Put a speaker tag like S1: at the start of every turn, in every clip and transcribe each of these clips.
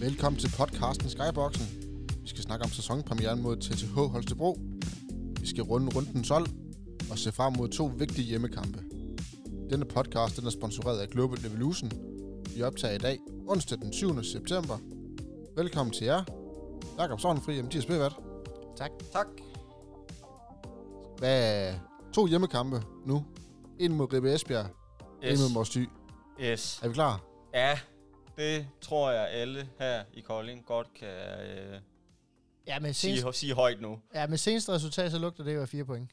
S1: Velkommen til podcasten Skyboxen. Vi skal snakke om sæsonpremieren mod TTH Holstebro. Vi skal runde runden 12 og se frem mod to vigtige hjemmekampe. Denne podcast den er sponsoreret af Global Evolution. Vi optager i dag, onsdag den 7. september. Velkommen til jer. Jakob Sovnfri, MTS Bevat.
S2: Tak.
S3: Tak.
S1: Hvad to hjemmekampe nu? En mod Ribe Esbjerg, yes. en mod Morsdy.
S3: yes.
S1: Er vi klar?
S3: Ja, det tror jeg alle her i Kolding godt kan øh,
S2: Ja, med senest,
S3: sige, sige højt nu.
S2: ja, med seneste resultat, så lugter det jo af fire point.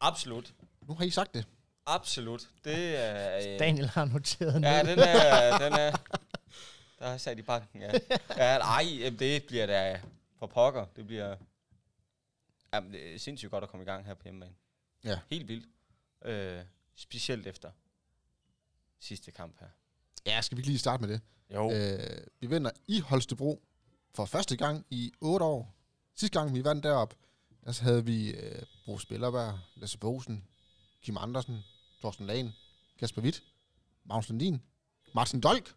S3: Absolut.
S1: Nu har I sagt det.
S3: Absolut. Det er... Øh,
S2: Daniel har noteret
S3: Ja,
S2: ned.
S3: den er... den er der er sat i banken, ja. ja nej, jamen, det bliver da for pokker. Det bliver... Jamen, det er sindssygt godt at komme i gang her på hjemmebane.
S1: Ja.
S3: Helt vildt. Øh, specielt efter sidste kamp her.
S1: Ja, skal vi ikke lige starte med det?
S3: Jo.
S1: Øh, vi vinder i Holstebro for første gang i otte år. Sidste gang vi vandt derop, der så havde vi øh, Bro Spillerberg, Lasse Bosen, Kim Andersen, Thorsten Lagen, Kasper Witt, Magnus Lundin, Martin Dolk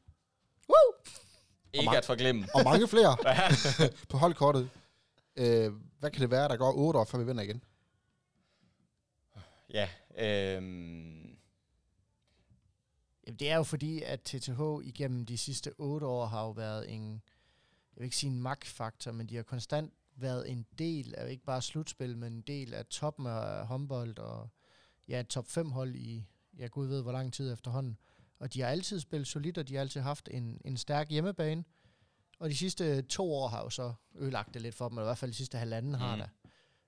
S3: Ikke
S1: mange-
S3: at forglemme.
S1: og mange flere på holdkortet. Øh, hvad kan det være, der går otte år, før vi vinder igen?
S3: Ja. Øhm,
S2: Jamen, det er jo fordi, at TTH igennem de sidste otte år har jo været en, jeg vil ikke sige en magtfaktor, men de har konstant været en del af, ikke bare slutspil, men en del af toppen af håndbold og ja, et top 5 hold i, ja gud ved hvor lang tid efterhånden. Og de har altid spillet solidt, og de har altid haft en, en stærk hjemmebane. Og de sidste to år har jo så ødelagt det lidt for dem, eller i hvert fald de sidste halvanden mm. har
S3: Mhm.
S2: der.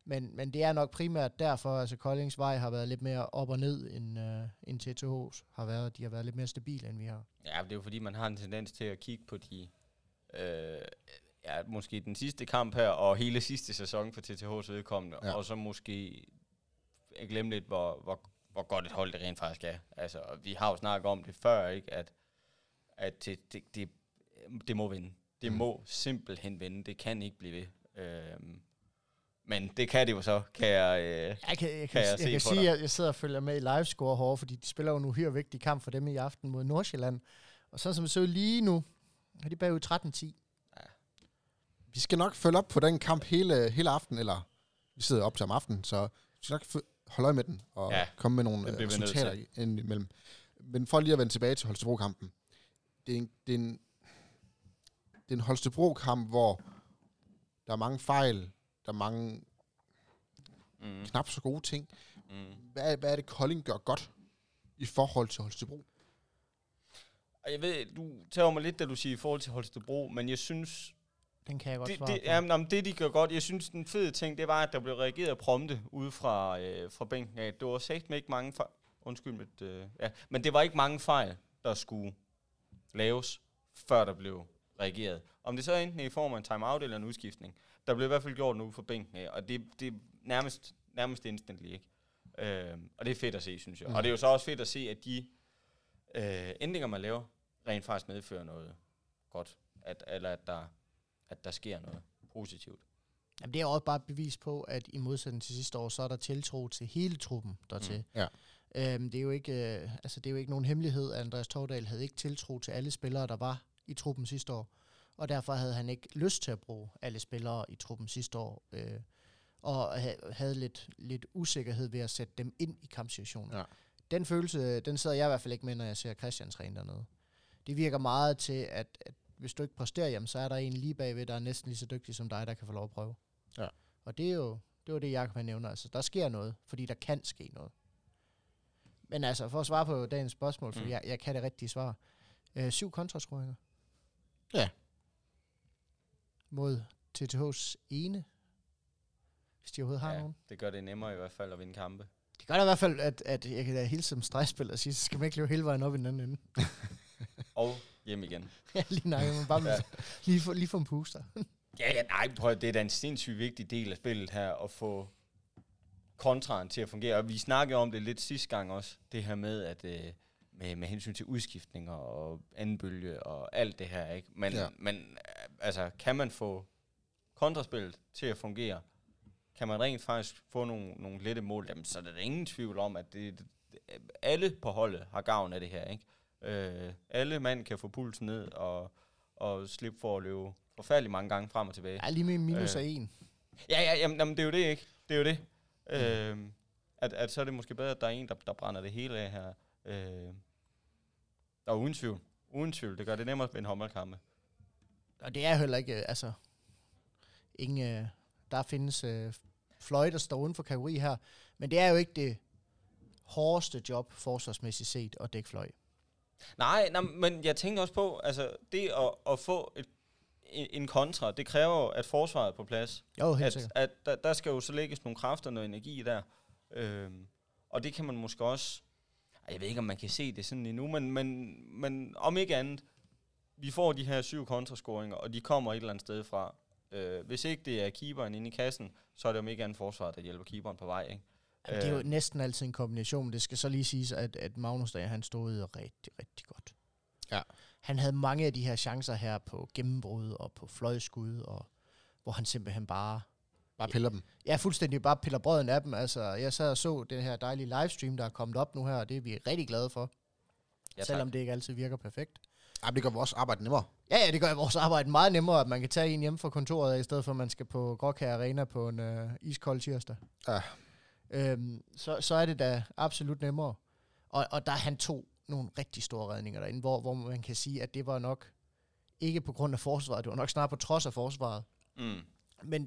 S2: Men, men det er nok primært derfor, altså Koldings vej har været lidt mere op og ned, end, øh, end TTH's har været. De har været lidt mere stabile, end vi har.
S3: Ja, det er jo fordi, man har en tendens til at kigge på de... Øh, ja, måske den sidste kamp her, og hele sidste sæson for TTH's vedkommende,
S1: Ja.
S3: ja. og så måske jeg glemme lidt, hvor, hvor, hvor godt et hold det rent faktisk er. Altså, og vi har jo snakket om det før, ikke? At, at det, det, det, det må vinde. Det
S1: Mm.
S3: mm. må simpelthen vinde. Det kan ikke blive ved. Øhm, men det kan det jo så, kan jeg... Øh,
S2: Jeg kan,
S3: Kan
S2: jeg kan,
S3: jeg
S2: jeg
S3: se
S2: jeg kan
S3: på
S2: sige, at
S3: dig?
S2: jeg, jeg sidder og følger med i livescore hårde, fordi de spiller jo en uhyre vigtig kamp for dem i aften mod Nordsjælland. Og så som jeg så lige nu, er de bagud 13-10.
S1: Vi skal nok følge op på den kamp hele, hele aften, eller vi sidder op til om aftenen, så vi skal nok fø- holde øje med den og ja,
S3: Ja,
S1: komme med nogle
S3: det
S1: øh,
S3: bliver vi nødt til.
S1: resultater indimellem. Men for lige at vende tilbage til Holstebro-kampen. Det er en, det er en, det er en Holstebro-kamp, hvor der er mange fejl, der er mange
S3: mm,
S1: knap så gode ting.
S3: mm.
S1: Hvad, er- hvad er det, Kolding gør godt i forhold til Holstebro?
S3: Og jeg ved, du tager mig lidt, da du siger i forhold til Holstebro, men jeg synes,
S2: Den kan jeg godt
S3: det,
S2: svare
S3: det,
S2: på.
S3: jamen, jamen, det de gør godt, jeg synes den fede ting, det var, at der blev reageret prompte ude fra, øh, fra bænken af. Det var sagt med ikke mange fejl. Undskyld mit, øh, ja. Men det var ikke mange fejl, der skulle laves, før der blev reageret. Om det så enten er i form af en timeout eller en udskiftning, der blev i hvert fald gjort nu fra bænken af, og det, det er nærmest, nærmest instantly, ikke? Øh, og det er fedt at se, synes jeg.
S1: Mm.
S3: Mm. Og det er jo så også fedt at se, at de øh, ændringer, man laver, rent faktisk medfører noget godt, at, eller at der, at der sker noget positivt.
S2: Jamen, det er også bare et bevis på, at i modsætning til sidste år, så er der tiltro til hele truppen dertil. Mm,
S1: ja.
S2: Øhm, det, er jo ikke, øh, altså, det er jo ikke nogen hemmelighed, at Andreas Tordal havde ikke tiltro til alle spillere, der var i truppen sidste år. Og derfor havde han ikke lyst til at bruge alle spillere i truppen sidste år. Øh, og ha- havde lidt, lidt usikkerhed ved at sætte dem ind i kampsituationen.
S1: Ja.
S2: Den følelse, den sidder jeg i hvert fald ikke med, når jeg ser Christian træne dernede. Det virker meget til, at, at hvis du ikke præsterer, jamen, så er der en lige bagved, der er næsten lige så dygtig som dig, der kan få lov at prøve. Og det er jo det, var det Jacob han nævner. Altså, der sker noget, fordi der kan ske noget. Men altså, for at svare på dagens spørgsmål, for
S3: Mm.
S2: mm. jeg, jeg kan det rigtige svar. Øh, syv kontraskoringer.
S1: Ja.
S2: Mod TTH's ene, hvis de overhovedet har nogen.
S3: det gør det nemmere i hvert fald at vinde kampe.
S2: Det gør da i hvert fald, at, at jeg kan da hilse som stregspiller og sige, så skal man ikke løbe hele vejen op i den anden ende.
S3: Og hjem igen.
S2: ja, lige nej, man bare
S3: Ja.
S2: ja. lige, få, lige få en puster.
S3: Ja, ja nej, prøv, at- det er da en sindssygt vigtig del af spillet her, at få kontraen til at fungere. Og vi snakkede om det lidt sidste gang også, det her med, at øh, med, med hensyn til udskiftninger og anden bølge og alt det her, ikke? Men,
S1: Ja.
S3: ja. men øh, altså, kan man få kontraspillet til at fungere? Kan man rent faktisk få nogle, nogle lette mål? Jamen, så er der da ingen tvivl om, at det, det- alle på holdet har gavn af det her, ikke? Øh, alle mand kan få pulsen ned og og slippe for at løbe forfærdelig mange gange frem og tilbage.
S2: Ja, lige med en minus
S3: Øh.
S2: af en.
S3: Ja, ja, jamen, jamen det er jo det, ikke? Det er jo det. Øhm, at, at så er det måske bedre, at der er en, der, der brænder det hele af her. Øh, og uden tvivl. Uden tvivl. Det gør det nemmere at vinde håndboldkampe.
S2: Og det er heller ikke, øh, altså, ingen, øh, der findes øh, fløj, der står uden for kategori her, men det er jo ikke det hårdeste job, forsvarsmæssigt set, at dække fløj.
S3: Nej, nej, men jeg tænker også på, altså det at, at få et, en, en kontra, det kræver jo, at forsvaret er på plads.
S2: Jo, helt
S3: at,
S2: sikkert.
S3: at der, der skal jo så lægges nogle kræfter og noget energi der. Øhm, og det kan man måske også... Ej, Jeg ved ikke, om man kan se det sådan endnu, men, men, men om ikke andet, vi får de her syv kontrascoringer, og de kommer et eller andet sted fra. Øh, hvis ikke det er keeperen inde i kassen, så er det om ikke andet forsvaret, der hjælper keeperen på vej. Ikke?
S2: Jamen, det er jo næsten altid en kombination, men det skal så lige siges, at, at Magnus der, han stod rigtig, rigtig godt.
S1: Ja.
S2: Han havde mange af de her chancer her på gennembrud og på fløjskud, og hvor han simpelthen bare
S1: Bare piller dem.
S2: Ja, fuldstændig bare piller brøden af dem. Altså, jeg sad og så den her dejlige livestream, der er kommet op nu her, og det er vi rigtig glade for.
S3: Ja,
S2: Ja,
S3: tak.
S2: selvom det ikke altid virker perfekt.
S1: Ej, men det gør vores arbejde nemmere.
S2: Ja, ja, det gør vores arbejde meget nemmere, at man kan tage en hjem fra kontoret, af, i stedet for at man skal på Gråkær Arena på en øh, iskold tirsdag.
S1: Ja.
S2: Øhm, så, så er det da absolut nemmere. Og, og der han tog nogle rigtig store redninger derinde, hvor, hvor man kan sige, at det var nok ikke på grund af forsvaret, det var nok snarere på trods af forsvaret.
S3: Mm.
S2: Men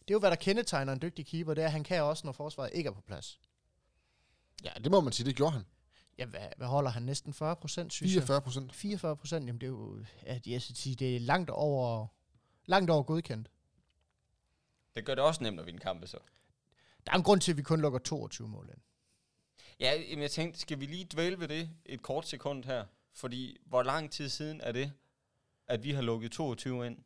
S2: det er jo, hvad der kendetegner en dygtig keeper, det er, at han kan også, når forsvaret ikke er på plads.
S1: Ja, det må man sige, det gjorde han.
S2: Ja, hvad, hvad holder han? Næsten 40 procent, synes
S1: 44 procent.
S2: jeg. 44 procent, jamen det er jo, at jeg skal sige, det er langt over, langt over godkendt.
S3: Det gør det også nemt at vinde kampe så.
S2: Der er en grund til, at vi kun lukker 22 mål ind.
S3: Ja, jamen jeg tænkte, skal vi lige dvæle ved det et kort sekund her? Fordi hvor lang tid siden er det, at vi har lukket 22 ind?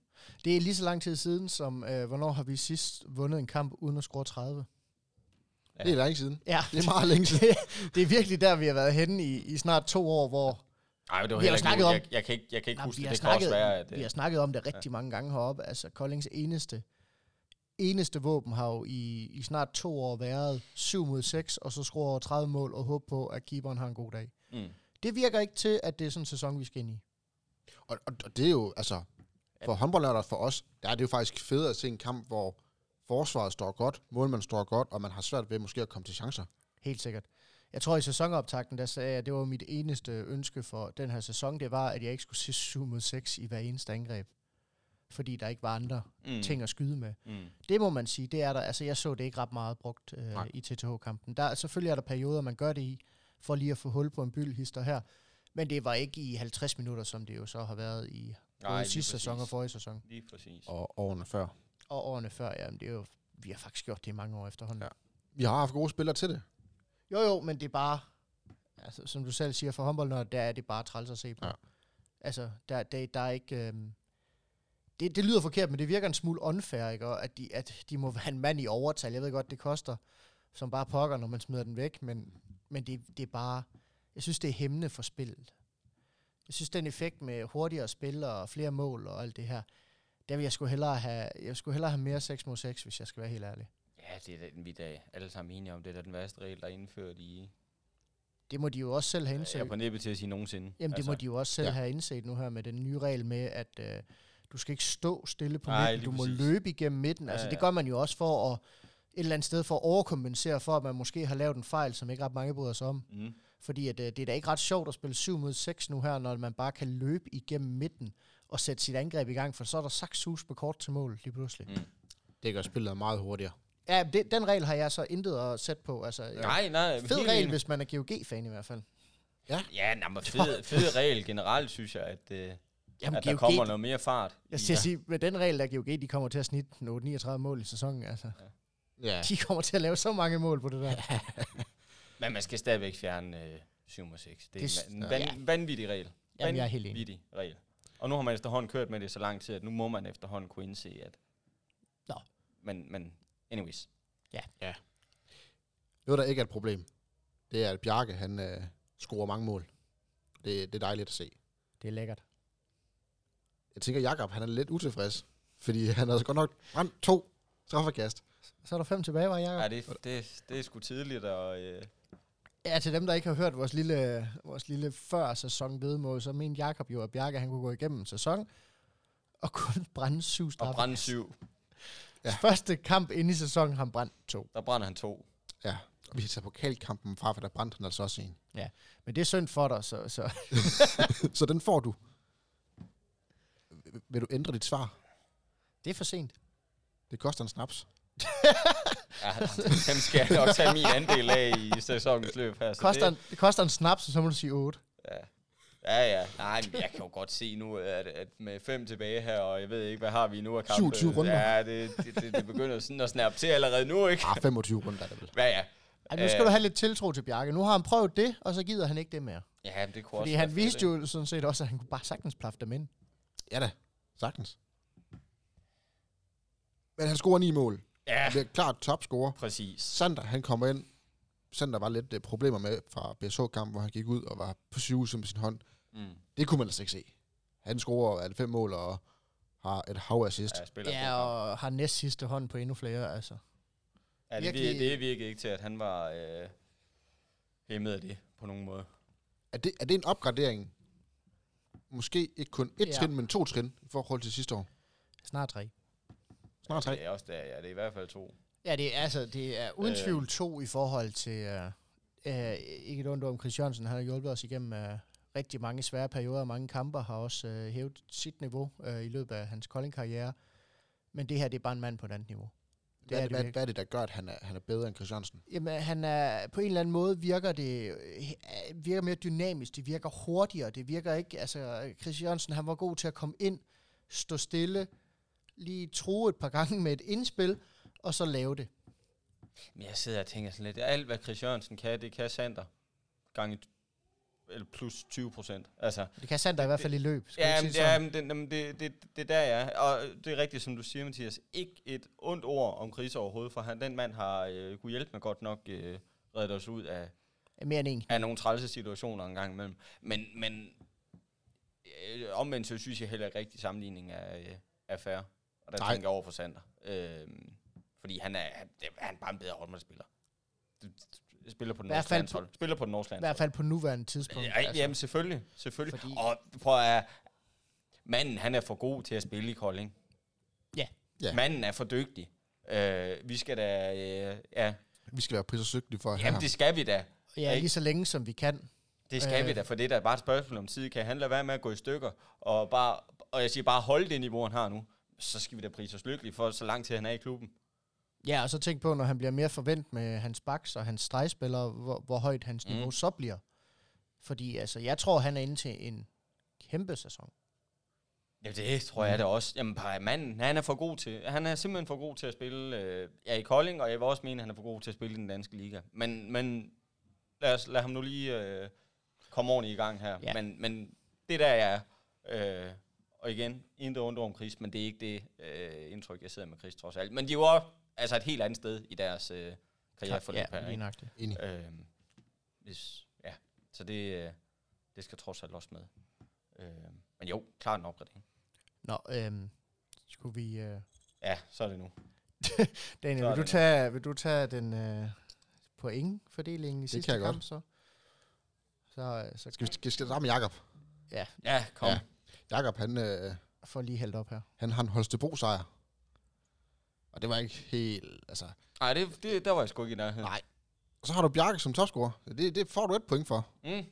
S2: Det er lige så lang tid siden, som øh, hvornår har vi sidst vundet en kamp uden at score 30?
S3: Ja.
S1: Det er længe siden.
S2: Ja,
S1: Det er meget længe siden.
S2: det er virkelig der, vi har været henne i, i snart to år, hvor
S3: Nej, det var
S2: Vi
S3: heller
S2: har jo
S3: ikke
S2: snakket
S3: nu.
S2: om-
S3: Jeg, jeg kan ikke, jeg kan ikke
S2: nej,
S3: huske det.
S2: vi, har
S3: Det kan også
S2: snakket,
S3: være, at...
S2: vi har
S3: øh,
S2: snakket om det rigtig mange gange heroppe. Altså, Koldings eneste, eneste våben har jo i, i snart to år været 7 mod 6, og så score 30 mål og håbe på, at keeperen har en god dag.
S3: Mm.
S2: Det virker ikke til, at det er sådan en sæson, vi skal ind i.
S1: Og, og, og det er jo, altså, for håndboldnørder for os, der er det jo faktisk federe at se en kamp, hvor forsvaret står godt, målmanden står godt, og man har svært ved måske at komme til chancer.
S2: Helt sikkert. Jeg tror, i sæsonoptakten, der sagde jeg, at det var mit eneste ønske for den her sæson, det var, at jeg ikke skulle se 7 mod 6 i hver eneste angreb. Fordi der ikke var andre
S3: Mm.
S2: mm. ting at skyde med.
S3: Mm.
S2: Det må man sige, det er der. Altså, jeg så det ikke ret meget brugt øh,
S1: Nej.
S2: i TTH-kampen. Der, selvfølgelig er der perioder, man gør det i, for lige at få hul på en bylhister her. Men det var ikke i 50 minutter, som det jo så har været i både
S3: lige
S2: sidste sæson
S3: præcis.
S2: og forrige sæson.
S3: Lige præcis.
S1: Og årene før.
S2: Og årene før, jamen, det er jo, vi har faktisk gjort det i mange år efterhånden.
S1: Ja. Vi har haft gode spillere til det.
S2: Jo, jo, men det er bare, altså, som du selv siger, for håndboldnørd, der er det bare træls at se på.
S1: Ja.
S2: Ja. Altså, der, der, der er ikke... Øhm, det, det lyder forkert, men det virker en smule unfair, ikke? Og at, de, at de må være en mand i overtal. Jeg ved godt, det koster som bare pokker, når man smider den væk, men, men det, det er bare... Jeg synes, det er hæmmende for spillet. Jeg synes, den effekt med hurtigere spil og flere mål og alt det her, der vil jeg skulle hellere have, jeg skulle hellere have mere 6 mod 6, hvis jeg skal være helt ærlig.
S3: Ja, det er den vi dag. Alle sammen enige om, det er da den værste regel, der er indført i...
S2: Det må de jo også selv have
S3: Jeg
S2: indset.
S3: er på nippet til at sige nogensinde.
S2: Jamen, altså, det må de jo også selv
S1: ja.
S2: ja. have indset nu her med den nye regel med, at øh, du skal ikke stå stille på
S3: Nej,
S2: midten,
S3: lige
S2: du må
S3: præcis.
S2: løbe igennem midten.
S3: Ja,
S2: Ja, altså, det
S3: ja.
S2: gør man jo også for at et eller andet sted for at overkompensere for, at man måske har lavet en fejl, som ikke ret mange bryder sig om.
S3: Mm.
S2: Fordi at, øh, det er da ikke ret sjovt at spille 7 mod 6 nu her, når man bare kan løbe igennem midten og sætte sit angreb i gang, for så er der saksus på kort til mål lige pludselig.
S3: Mm.
S2: Mm.
S1: Det gør spillet meget hurtigere.
S2: Ja, det, den regel har jeg så intet at sætte på. Altså, ja.
S3: Nej, nej.
S2: Fed
S3: helt
S2: regel,
S3: enig.
S2: hvis man er GOG-fan i hvert fald.
S3: Ja, nej, men fed, fed regel generelt, synes jeg, at, øh,
S2: Jamen,
S3: at der kommer noget mere fart.
S2: Jeg
S3: i-
S2: skal sige, med den regel, der GOG, de kommer til at snitte 8-39 mål i sæsonen. Altså.
S1: Ja.
S2: De kommer til at lave så mange mål på det der.
S3: Men man skal stadigvæk fjerne øh, 7 og 6. Det
S2: Det
S3: er
S2: s-
S3: en van, vanvittig regel.
S2: Jamen, jeg er helt enig.
S3: Vanvittig regel. Og nu har man efterhånden kørt med det så lang tid, at nu må man efterhånden kunne indse, at...
S2: Nå.
S3: Men, men anyways.
S1: Noget, der ikke er et problem, det er, at Bjarke, han øh, scorer mange mål. Det, det er dejligt at se.
S2: Det er lækkert.
S1: Jeg tænker, Jakob han er lidt utilfreds, fordi han havde godt nok brændt to straffekast.
S2: Så er der fem tilbage, var Jacob?
S3: Ja, det, det, det er sgu tidligt, og... Øh,
S2: Ja, til dem, der ikke har hørt vores lille, vores lille før-sæson vedmål, så mente Jakob jo, at Bjarke han kunne gå igennem en sæson og kun brænde syv
S3: Og
S2: straffe.
S3: brænde syv.
S2: Ja. Første kamp inde i sæsonen har han brændt to.
S3: Der brænder han to.
S1: Ja. Og vi tager pokalkampen fra, for der brændte han altså også en.
S2: Men det er synd for dig, så, så
S1: Så den får du. Vil du ændre dit svar?
S2: det er for sent.
S1: Det koster en snaps.
S3: Ja, dem skal jeg nok tage min andel af i sæsonens løb her. Så
S2: Koster
S3: det-
S2: en, det koster en snaps, og så må du sige 8.
S3: Ja. Ja, ja. Nej, men jeg kan jo godt se nu, at, at med fem tilbage her, og jeg ved ikke, hvad har vi nu af kampe.
S1: 27 runder.
S3: Ja, det, det, det, det begynder sådan at snappe til allerede nu, ikke?
S1: Ah, 25 runder er det vel.
S3: Ja, ja.
S2: Altså, nu skal
S3: Øh.
S2: du have lidt tiltro til Bjarke. Nu har han prøvet det, og så gider han ikke det mere.
S3: Ja, men det kunne
S2: Fordi
S3: også
S2: han
S3: være
S2: viste
S3: fedt, ikke?
S2: jo sådan set også, at han kunne bare sagtens plaffe dem ind.
S1: Ja da, sagtens. Men han scorer ni mål.
S3: Ja,
S1: Han bliver klart topscorer.
S3: præcis.
S1: Sander, han kommer ind. Sander var lidt øh, problemer med fra BSH-kampen, hvor han gik ud og var på sygehuset med sin hånd.
S3: Mm.
S1: Det kunne man altså ikke se. Han scorer alle fem mål og har et hav af assist.
S3: Ja, jeg spiller
S2: Ja,
S3: på.
S2: og har næst sidste hånd på endnu flere, altså.
S3: ja, det, virkede,
S2: virkelig-
S3: det virkede ikke til, at han var øh, hæmmet af det på nogen måde.
S1: Er, det, er det en opgradering? Måske ikke kun et
S2: Ja.
S1: ja. trin, men to trin i forhold til sidste år.
S2: Snart tre.
S1: Snart tre.
S3: Det er også der, ja, det er i hvert fald to.
S2: Ja, det er, altså, det er uden
S3: Øh.
S2: tvivl to i forhold til... Uh, uh, ikke et ondt om Chris Jørgensen, han har hjulpet os igennem uh, rigtig mange svære perioder, og mange kamper har også uh, hævet sit niveau uh, i løbet af hans Kolding-karriere. Men det her, det er bare en mand på et andet niveau.
S1: Hvad, er
S2: er det
S1: det, hvad,
S2: virkelig.
S1: hvad er det, der gør, at han er, han er bedre end Christiansen?
S2: Jamen, han er, på en eller anden måde virker det øh, virker mere dynamisk, det virker hurtigere, det virker ikke, altså Chris Jørgensen, han var god til at komme ind, stå stille, lige tro et par gange med et indspil, og så lave det.
S3: Men jeg sidder og tænker sådan lidt, alt hvad Chris Jørgensen kan, det kan Sander. Gange, t- eller plus 20 procent. Altså,
S2: Det kan Sander i hvert fald i løb. Skal vi
S3: Ja,
S2: ikke
S3: men,
S2: sige det
S3: ja,
S2: sådan?
S3: men det, jamen, det, det, det er der, ja. Og det er rigtigt, som du siger, Mathias. Ikke et ondt ord om Chris overhovedet, for han, den mand har øh, kunne hjælpe mig godt nok øh, reddet os ud af,
S2: Mere end en.
S3: af nogle trælse situationer en gang imellem. Men, men øh, omvendt, så synes jeg heller ikke rigtig sammenligning er, øh, er fair. Og der
S1: Nej.
S3: tænker jeg over for Sander. Øh, fordi han er, han, han er bare en bedre håndboldspiller. Spiller på den
S2: I hvert
S3: norske
S2: fald
S3: landshold. Spiller på den norske
S2: I
S3: landshold.
S2: hvert fald på nuværende tidspunkt.
S3: Ja, altså. Jamen selvfølgelig, selvfølgelig.
S2: Fordi-
S3: Fordi... Og prøv at manden han er for god til at spille i Kolding.
S2: Ja.
S1: Ja.
S3: Manden er for dygtig. Øh, vi skal da, øh, ja,
S1: Vi skal være prisforsøgtelige for at have
S3: jamen
S1: ham.
S3: det skal vi da.
S2: ja, lige så længe som vi kan.
S3: Det skal
S2: Øh.
S3: øh. vi da, for det der er bare et spørgsmål om tid. Kan han lade være med at gå i stykker, og, bare, og jeg siger bare holde det niveau, han har nu, så skal vi da prise os lykkelige for, så lang tid han er i klubben.
S2: Ja, og så tænk på, når han bliver mere forventet med hans baks og hans stregspillere, hvor, hvor højt hans
S3: Mm.
S2: niveau så bliver. Fordi altså, jeg tror, han er inde til en kæmpe sæson.
S3: Jamen det tror jeg da
S2: Mm.
S3: også. Jamen bare manden, han er for god til, han er simpelthen for god til at spille øh, ja, i Kolding, og jeg vil også mene, at han er for god til at spille i den danske liga. Men, men lad, os, lad ham nu lige øh, komme ordentligt i gang her.
S2: Ja.
S3: Ja. Men, men det der er, øh, og igen, intet ondt om Chris, men det er ikke det øh, indtryk, jeg sidder med Chris trods alt. Men de er jo også, altså et helt andet sted i deres øh, karriere for ja,
S2: ja,
S3: her.
S2: lige
S3: Ikke?
S2: nøjagtigt.
S1: Enig.
S3: Øh, hvis, ja, så det, øh, det skal trods alt også med. Øh, men jo, klart en opgradering.
S2: Nå, øhm, skulle vi... Øh,
S3: Ja, så er det nu.
S2: Daniel,
S3: Så er
S2: vil du,
S3: det
S2: tage, vil du tage den øh, pointfordelingen i det sidste
S1: kan jeg
S2: kamp,
S1: godt.
S2: så? Så, øh, så
S1: Skal vi skal, skal sammen med Jakob?
S2: ja,
S3: Ja, kom.
S1: Ja. Jakob, han, øh,
S2: for lige hældt op her.
S1: han har en Holstebro-sejr. Og det var ikke helt... Altså.
S3: Nej, det, det, der var jeg sgu ikke i nærheden.
S1: Nej. Og så har du Bjarke som topscorer. Det, det får du et point for.
S3: Mm.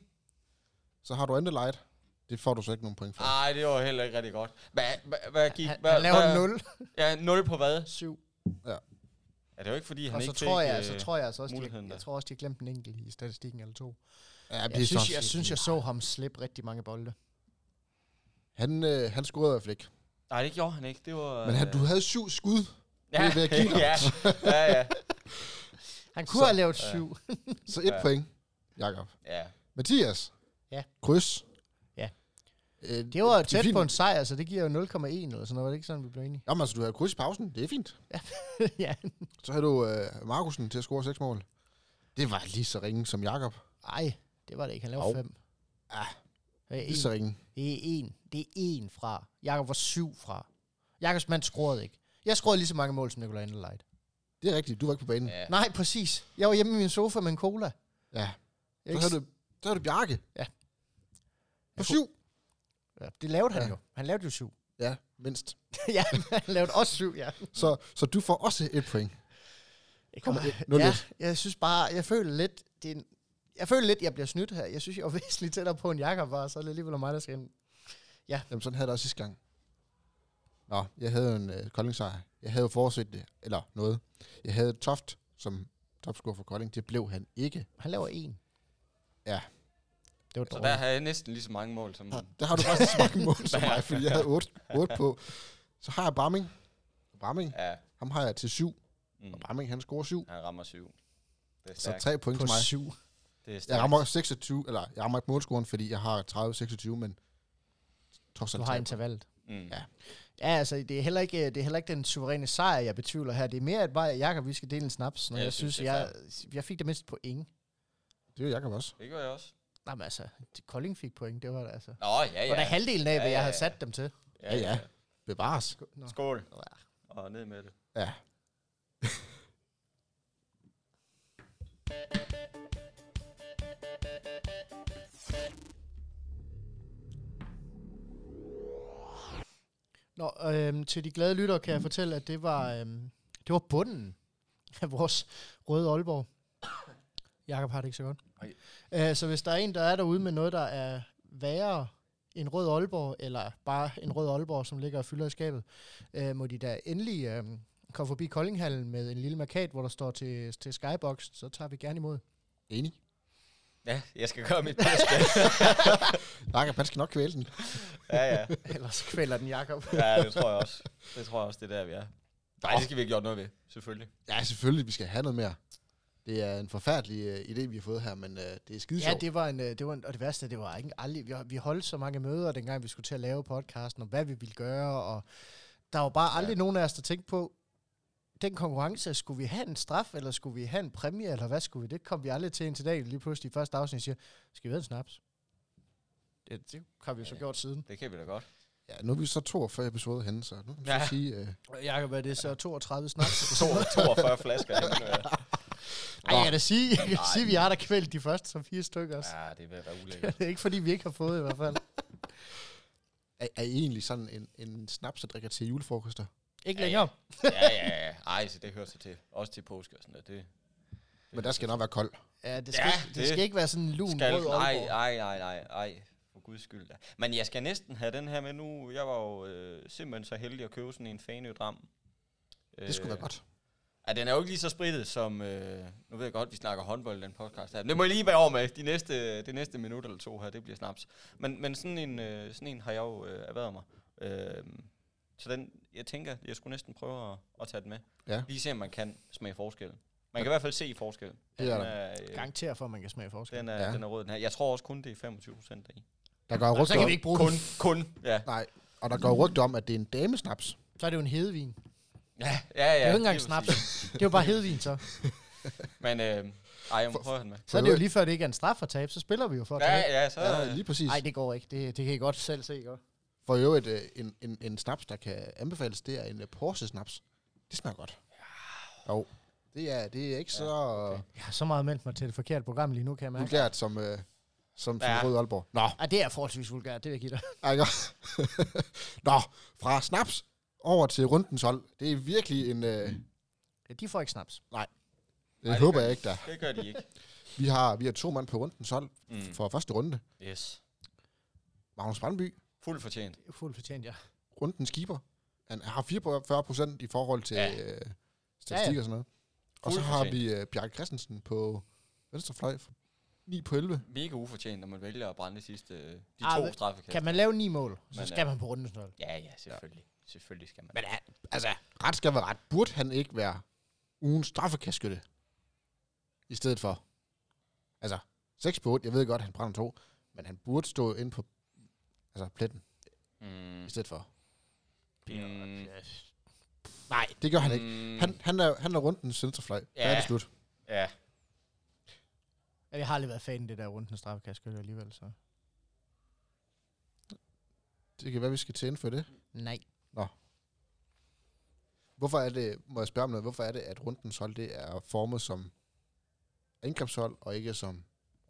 S1: Så har du Andelight. Det får du så ikke nogen point for. Ah.
S3: Ej, det var heller ikke rigtig godt. Hvad, hvad, hvad gik...
S2: Han,
S3: hvad,
S2: han
S3: hvad,
S2: laver 0.
S3: Ja, 0 på hvad?
S2: 7.
S3: Ja, det var ikke, fordi han
S2: Og så
S3: ikke
S2: tror,
S3: fik,
S2: jeg, så
S3: øh,
S2: tror jeg altså også, de,
S3: muligheden
S2: jeg
S3: der.
S2: tror også, de har glemt en enkelt i statistikken eller to.
S1: Ja, det er
S2: Jeg synes,
S1: sådan
S2: jeg,
S1: set
S2: synes, jeg
S1: lige-
S2: så ham slippe rigtig mange bolde.
S1: Han, øh, han scorede i hvert fald ikke.
S3: Nej, det gjorde han ikke. Det var...
S1: Men han,
S3: øh,
S1: du havde syv skud.
S3: ja,
S1: det er ved at give ham.
S3: ja, ja, ja,
S2: Han kunne
S1: Så-
S2: have lavet
S3: Ja.
S2: 7.
S1: Så et
S3: Ja.
S1: point, Jakob.
S3: ja.
S1: Mathias.
S2: Ja.
S1: Kryds.
S2: Ja.
S1: Øh,
S2: Det var
S1: er
S2: tæt
S1: fint.
S2: på en sejr, så det giver jo 0,1 eller sådan noget. Var det ikke sådan, vi blev enige?
S1: Jamen altså, du havde kryds i pausen. Det er fint.
S2: ja.
S1: Så havde du øh, Markusen til at score seks mål. Det var lige så ringe som Jakob.
S2: Ej, det var det ikke. Han
S1: Au.
S2: lavede 5.
S1: Ah,
S2: Det er
S1: Lige så
S2: en.
S1: ringe.
S2: Det er en. Det er en fra. Jakob var syv fra. Jakobs mand scorede ikke. Jeg scorede lige så mange mål som Nikolaj Andeleit.
S1: Det er rigtigt. Du var ikke på banen. Ja.
S3: ja.
S2: Nej, præcis. Jeg var hjemme i min sofa med en cola.
S1: ja.
S2: Jeg
S1: Så
S2: ikke-
S1: havde du, så havde du Bjarke.
S2: Ja.
S1: På syv.
S2: Ja, det lavede han
S1: Ja.
S2: jo. Han lavede jo syv.
S1: Ja. mindst.
S2: ja, han lavede også syv, ja.
S1: Så, så du får også et point.
S2: Jeg
S1: Kom,
S2: kommer,
S1: nul
S2: ja,
S1: et.
S2: jeg synes bare, jeg føler lidt, det er en, jeg føler lidt, jeg bliver snydt her. Jeg synes, jeg var væsentligt tættere på en Jakob var, så er det alligevel mig, der skal ind.
S1: Jamen, sådan havde jeg det også sidste gang. Nå, jeg havde jo en øh, Kolding-sejr. Jeg havde jo forudset det, eller noget. Jeg havde Toft som topscorer for Kolding. Det blev han ikke.
S2: Han laver en.
S1: Ja.
S2: Det var
S3: Så der
S2: dårligt.
S3: har jeg næsten lige så mange mål som...
S1: Der har du faktisk så mange mål som mig, fordi jeg havde 8, 8 på. Så har jeg Bramming. Bramming,
S3: Ja,
S1: ham har jeg til 7.
S3: mm,
S1: Og Bramming, han scorer 7.
S3: han rammer syv. Det er
S1: Så
S3: stærkt.
S1: 3 point
S2: På
S1: til mig.
S2: syv.
S3: Det er
S1: Jeg
S3: stærkt.
S1: rammer 26, eller jeg rammer ikke målscoren, fordi jeg har 30-26, men trods
S2: Du
S1: alt
S2: har
S1: tre
S2: intervallet.
S3: Mm.
S1: Ja.
S2: Ja, altså, det er, heller ikke, det er heller ikke den suveræne sejr, jeg betvivler her. Det er mere, at bare Jakob, vi skal dele en snaps. Når
S3: Ja,
S2: jeg,
S3: jeg
S2: jeg
S3: synes,
S2: synes,
S3: det er
S2: jeg, jeg fik det mindste point.
S1: point. Det er jo Jacob også.
S3: Det gør jeg også.
S2: Nej, men altså, det- Kolding fik point, det var det altså.
S3: Nå, ja,
S2: Det
S3: ja.
S2: var da halvdelen af, hvad
S3: Ja, ja,
S2: jeg havde
S3: ja.
S2: sat dem til.
S1: Ja, ja. Bevares.
S2: Nå.
S3: Skål.
S2: Ja.
S3: Og ned med det.
S1: Ja.
S2: Nå, øhm, til de glade lyttere kan jeg fortælle, at det var, øhm, det var bunden af vores røde Aalborg. Jakob har det ikke så godt.
S3: Nej.
S2: Øh, så hvis der er en, der er derude med noget, der er værre en rød Aalborg, eller bare en rød Aalborg, som ligger og fylder i skabet, øh, må de da endelig øh, komme forbi Koldinghallen med en lille markat, hvor der står til, til Skybox, så tager vi gerne imod.
S1: Enig.
S3: Ja, jeg skal gøre mit bedste.
S1: Jacob, han skal nok kvæle den.
S3: ja, ja.
S2: Ellers kvæler den Jakob.
S3: Ja, det tror jeg også. Det tror jeg også, det er der, vi er. Nej, det skal vi ikke gjort noget ved, selvfølgelig.
S1: Ja, selvfølgelig, vi skal have noget mere. Det er en forfærdelig øh, idé, vi har fået her, men øh, det er skide
S2: Ja,
S1: sjovt.
S2: det var en, øh, det var en, og det værste, det var ikke aldrig, vi, vi holdt så mange møder, dengang vi skulle til at lave podcasten, og hvad vi ville gøre, og der var bare aldrig
S3: Ja.
S2: ja. nogen af os, der tænkte på, den konkurrence, skulle vi have en straf, eller skulle vi have en præmie, eller hvad skulle vi? Det kom vi aldrig til indtil dag, lige pludselig i første afsnit siger, skal vi have en snaps? Det, det har vi jo så
S3: Ja.
S2: gjort siden.
S3: Det kan vi da godt.
S1: Ja, nu er vi så 42 episoder henne, så nu kan vi
S3: Ja.
S1: ja. sige... Øh,
S2: Jakob, er det så 32 snaps?
S3: To, 42 flasker. ikke?
S2: Ej, jeg kan da sige, jeg kan
S3: Nej.
S2: sige vi har da kvælt de første som fire stykker også.
S3: Ja, det er ved at være ulækkert.
S2: Det er ikke fordi, vi ikke har fået i hvert fald.
S1: er, er I egentlig sådan en, en snaps, der drikker til julefrokoster?
S2: Ikke
S3: Ja, ja.
S2: længere.
S3: Ja, ja, ja. Ej, så det hører sig til. Også til påske og sådan noget. Det,
S1: Men der skal nok være kold.
S2: Ja, det skal,
S3: Ja,
S2: ikke, det,
S3: det
S2: skal ikke være sådan en lun
S3: skal,
S2: rød
S3: nej,
S2: Aalborg.
S3: nej, nej, nej, nej, for guds skyld da. Men jeg skal næsten have den her med nu. Jeg var jo øh, simpelthen så heldig at købe sådan en fanødram. Øh,
S1: Det skulle være godt.
S3: Ja, den er jo ikke lige så spritet som... Øh, nu ved jeg godt, vi snakker håndbold i den podcast her. Men det må jeg lige være over med. De næste, det næste minut eller to her, det bliver snaps. Men, men sådan, en, øh, sådan en har jeg jo øh, erhvervet mig. Øh, så den, jeg tænker, jeg skulle næsten prøve at, at tage den med.
S1: Ja.
S3: Lige se, om man kan smage forskel. Man kan i hvert fald se forskel.
S1: Det er
S3: den
S1: der.
S3: er, øh,
S2: Garanterer for, at man kan smage forskel.
S3: den, er,
S1: Ja.
S3: den er rød, den her. Jeg tror også kun, det er 25 procent i.
S1: Der går rygter om,
S2: ikke bruge
S3: Kun, kun, ja.
S1: nej, og der går rygter om, at det er en damesnaps.
S2: Så er det jo en hedevin.
S3: Ja, ja, ja.
S2: det er jo ikke engang
S3: lige
S2: snaps.
S3: præcis.
S2: det er jo bare hedevin, så.
S3: Men, øh, ej, jeg må prøve at have den med.
S2: Så er det jo lige før, det ikke er en straf at tabe, så spiller vi jo for at tabe.
S3: Ja, ja, så...
S1: Ja, lige præcis.
S2: Nej, det går ikke. Det, det kan I godt selv se, godt.
S1: For i øvrigt, øh, en, en, en snaps, der kan anbefales, det er en øh, Porsche-snaps. Det smager godt. Jo. Det er, det er ikke så okay.
S2: Jeg har så meget meldt mig til det forkerte program lige nu, kan jeg mærke.
S1: vulgært som, øh, som, som
S3: Ja.
S1: Rød Aalborg. Nå,
S2: Ah, det er forholdsvis vulgært, det vil jeg give dig.
S1: Ej, godt. Nå, fra snaps over til rundens hold. Det er virkelig en... Øh,
S2: Ja, de får ikke snaps.
S1: det
S3: Mm. Ej, det
S1: håber
S3: gør
S1: jeg
S3: de.
S1: ikke, der.
S3: Det gør de ikke.
S1: Vi har, vi har to mand på rundens hold
S3: Mm.
S1: for første runde.
S3: Yes.
S1: Magnus Brandby,
S3: Fuldt fortjent.
S2: Fuldt fortjent, ja.
S1: rundens keeper. Han har 44 procent i forhold til
S3: Ja.
S1: ja. øh, statistik
S2: Ja, ja.
S1: og sådan noget. Og
S3: Fuldt
S1: så har
S3: fortjent.
S1: vi øh, Bjarke Christensen på venstre fløj. 9 på 11.
S3: Mega ufortjent, når man vælger at brænde de sidste øh, de
S2: Ah,
S3: to
S2: men-
S3: straffekast.
S2: Kan man lave ni mål, så
S3: Men,
S2: skal
S3: øh,
S2: man på runden sådan
S3: Ja, ja, selvfølgelig. Selvfølgelig skal man.
S1: Men øh, altså, ret skal være ret. Burde han ikke være ugens straffekastskytte? I stedet for... Altså, 6 på 8. Jeg ved godt, han brænder to. Men han burde stå inde på altså, pletten
S3: Mm.
S1: i stedet for.
S3: Mm.
S1: Nej, det gør han ikke.
S3: Mm.
S1: Han, han, er, han er rundt den centerfløj. Ja. Der er
S3: Ja.
S1: det slut.
S3: Ja.
S2: Jeg har aldrig været fan af det der runden straffekast, alligevel, så.
S1: Det kan være, vi skal til at indføre det.
S2: Nej.
S1: Hvorfor er det, må jeg spørge om noget, hvorfor er det, at rundens hold det er formet som angrebshold og ikke som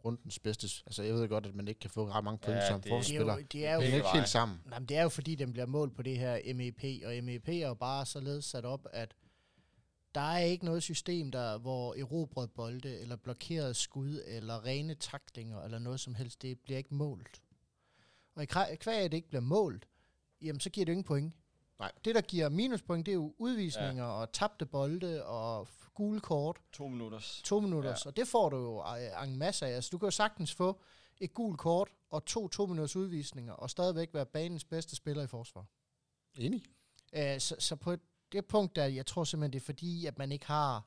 S1: rundens bedste. Altså, jeg ved godt, at man ikke kan få ret mange point
S3: Ja,
S1: som
S3: det-
S2: Det er
S1: forspiller.
S2: jo, det er jo,
S1: Det er
S3: Begge
S1: ikke
S3: veje.
S1: helt sammen.
S2: nej, men det er jo fordi, den bliver målt på det her MEP, og MEP er jo bare således sat op, at der er ikke noget system, der, hvor erobret bolde, eller blokeret skud, eller rene taklinger, eller noget som helst, det bliver ikke målt. Og i kra- kvæg, at det ikke bliver målt, jamen så giver det jo ingen point.
S1: Nej.
S2: Det, der giver minuspoint, det er jo udvisninger, ja. og tabte bolde, og f- gule kort,
S3: To minutters.
S2: to minutters, ja. og det får du jo øh, en masse af. Altså, du kan jo sagtens få et gult kort og to to minutters udvisninger, og stadigvæk være banens bedste spiller i forsvar.
S1: Enig.
S2: Øh, så, så på det punkt der, jeg tror simpelthen, det er fordi, at man ikke har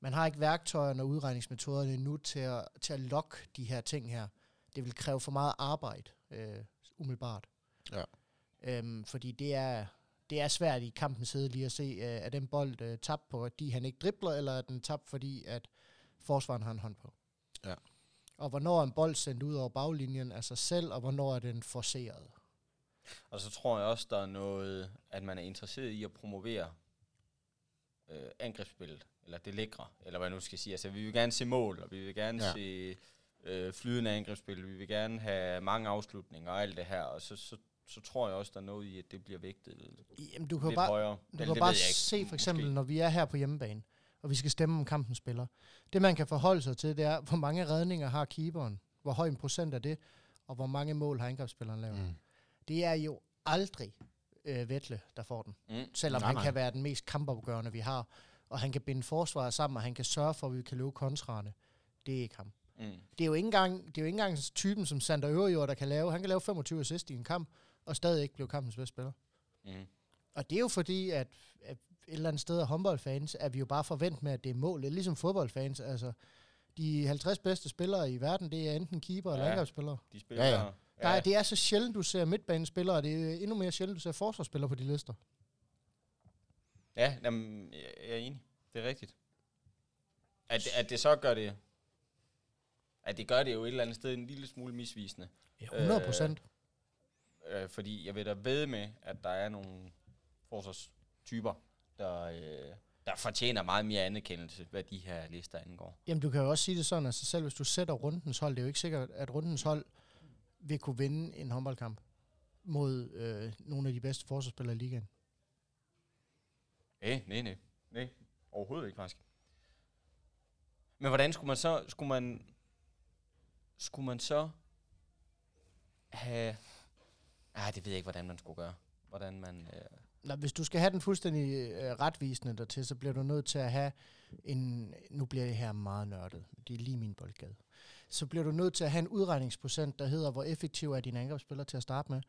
S2: man har ikke værktøjerne og udregningsmetoderne endnu til at, til at lokke de her ting her. Det vil kræve for meget arbejde, øh, umiddelbart.
S1: Ja.
S2: Øhm, fordi det er, det er svært i kampens side lige at se, øh, er den bold øh, tabt på, fordi han ikke dribler, eller er den tabt, fordi at forsvaren har en hånd på.
S1: Ja.
S2: Og hvornår er en bold sendt ud over baglinjen af sig selv, og hvornår er den forceret?
S3: Og så tror jeg også, der er noget, at man er interesseret i at promovere øh, angrebsspillet, eller det lækre, eller hvad jeg nu skal sige. Altså, vi vil gerne se mål, og vi vil gerne
S1: Ja.
S3: ja. se øh, flydende angrebsspil, vi vil gerne have mange afslutninger og alt det her, og så, så, så tror jeg også, der er noget i, at det bliver vægtet lidt
S2: Jamen, du kan jo bare,
S3: højere.
S2: Du
S3: Eller
S2: kan
S3: det
S2: bare
S3: ved jeg ikke.
S2: se for eksempel,
S3: Måske.
S2: når vi er her på hjemmebane, og vi skal stemme om kampen spiller. Det, man kan forholde sig til, det er, hvor mange redninger har keeperen? Hvor høj en procent er det? Og hvor mange mål har angrebsspilleren lavet? Mm.
S1: Mm.
S2: Det er jo aldrig øh, Vettle, der får den.
S3: Mm.
S2: Selvom
S1: Nej,
S2: han
S1: nej.
S2: kan være den mest kampafgørende, vi har. Og han kan binde forsvaret sammen, og han kan sørge for, at vi kan løbe kontrarne. Det er ikke ham.
S3: Mm.
S2: Det er jo ikke engang, det er jo ikke engang typen som Sander Øverjord, der kan lave. Han kan lave 25 assist i en kamp, og stadig ikke blive kampens bedste spiller.
S3: Mm.
S2: Og det er jo fordi, at, at et eller andet sted af håndboldfans, er vi jo bare forvent med, at det er målet. Ligesom fodboldfans, altså de 50 bedste spillere i verden, det er enten keeper eller
S3: Ja.
S2: angrebsspillere.
S3: De spiller...
S1: Ja, ja.
S2: Ja. Der, er- det er så sjældent, du ser midtbanespillere, og det er endnu mere sjældent, du ser forsvarsspillere på de lister.
S3: Ja, jamen, jeg jeg er enig. Det er rigtigt. At, at det så gør det... At det gør det jo et eller andet sted en lille smule misvisende.
S2: Ja, 100 procent. Øh.
S3: Øh, fordi jeg vil da ved med, at der er nogle forsvarstyper, der, øh, der fortjener meget mere anerkendelse, hvad de her lister angår.
S2: Jamen, du kan jo også sige det sådan, at altså, selv hvis du sætter rundens hold, det er jo ikke sikkert, at rundens hold vil kunne vinde en håndboldkamp mod øh, nogle af de bedste forsvarsspillere i ligaen.
S3: Nej, nej, nej. Nej, overhovedet ikke faktisk. Men hvordan skulle man så... Skulle man, skulle man så have... Ah, det ved jeg ikke, hvordan man skulle gøre. Hvordan man... Øh,
S2: Nå, hvis du skal have den fuldstændig øh, retvisende dertil, så bliver du nødt til at have en... Nu bliver det her meget nørdet. Det er lige min boldgade. Så bliver du nødt til at have en udregningsprocent, der hedder, hvor effektiv er din angrebsspiller til at starte med,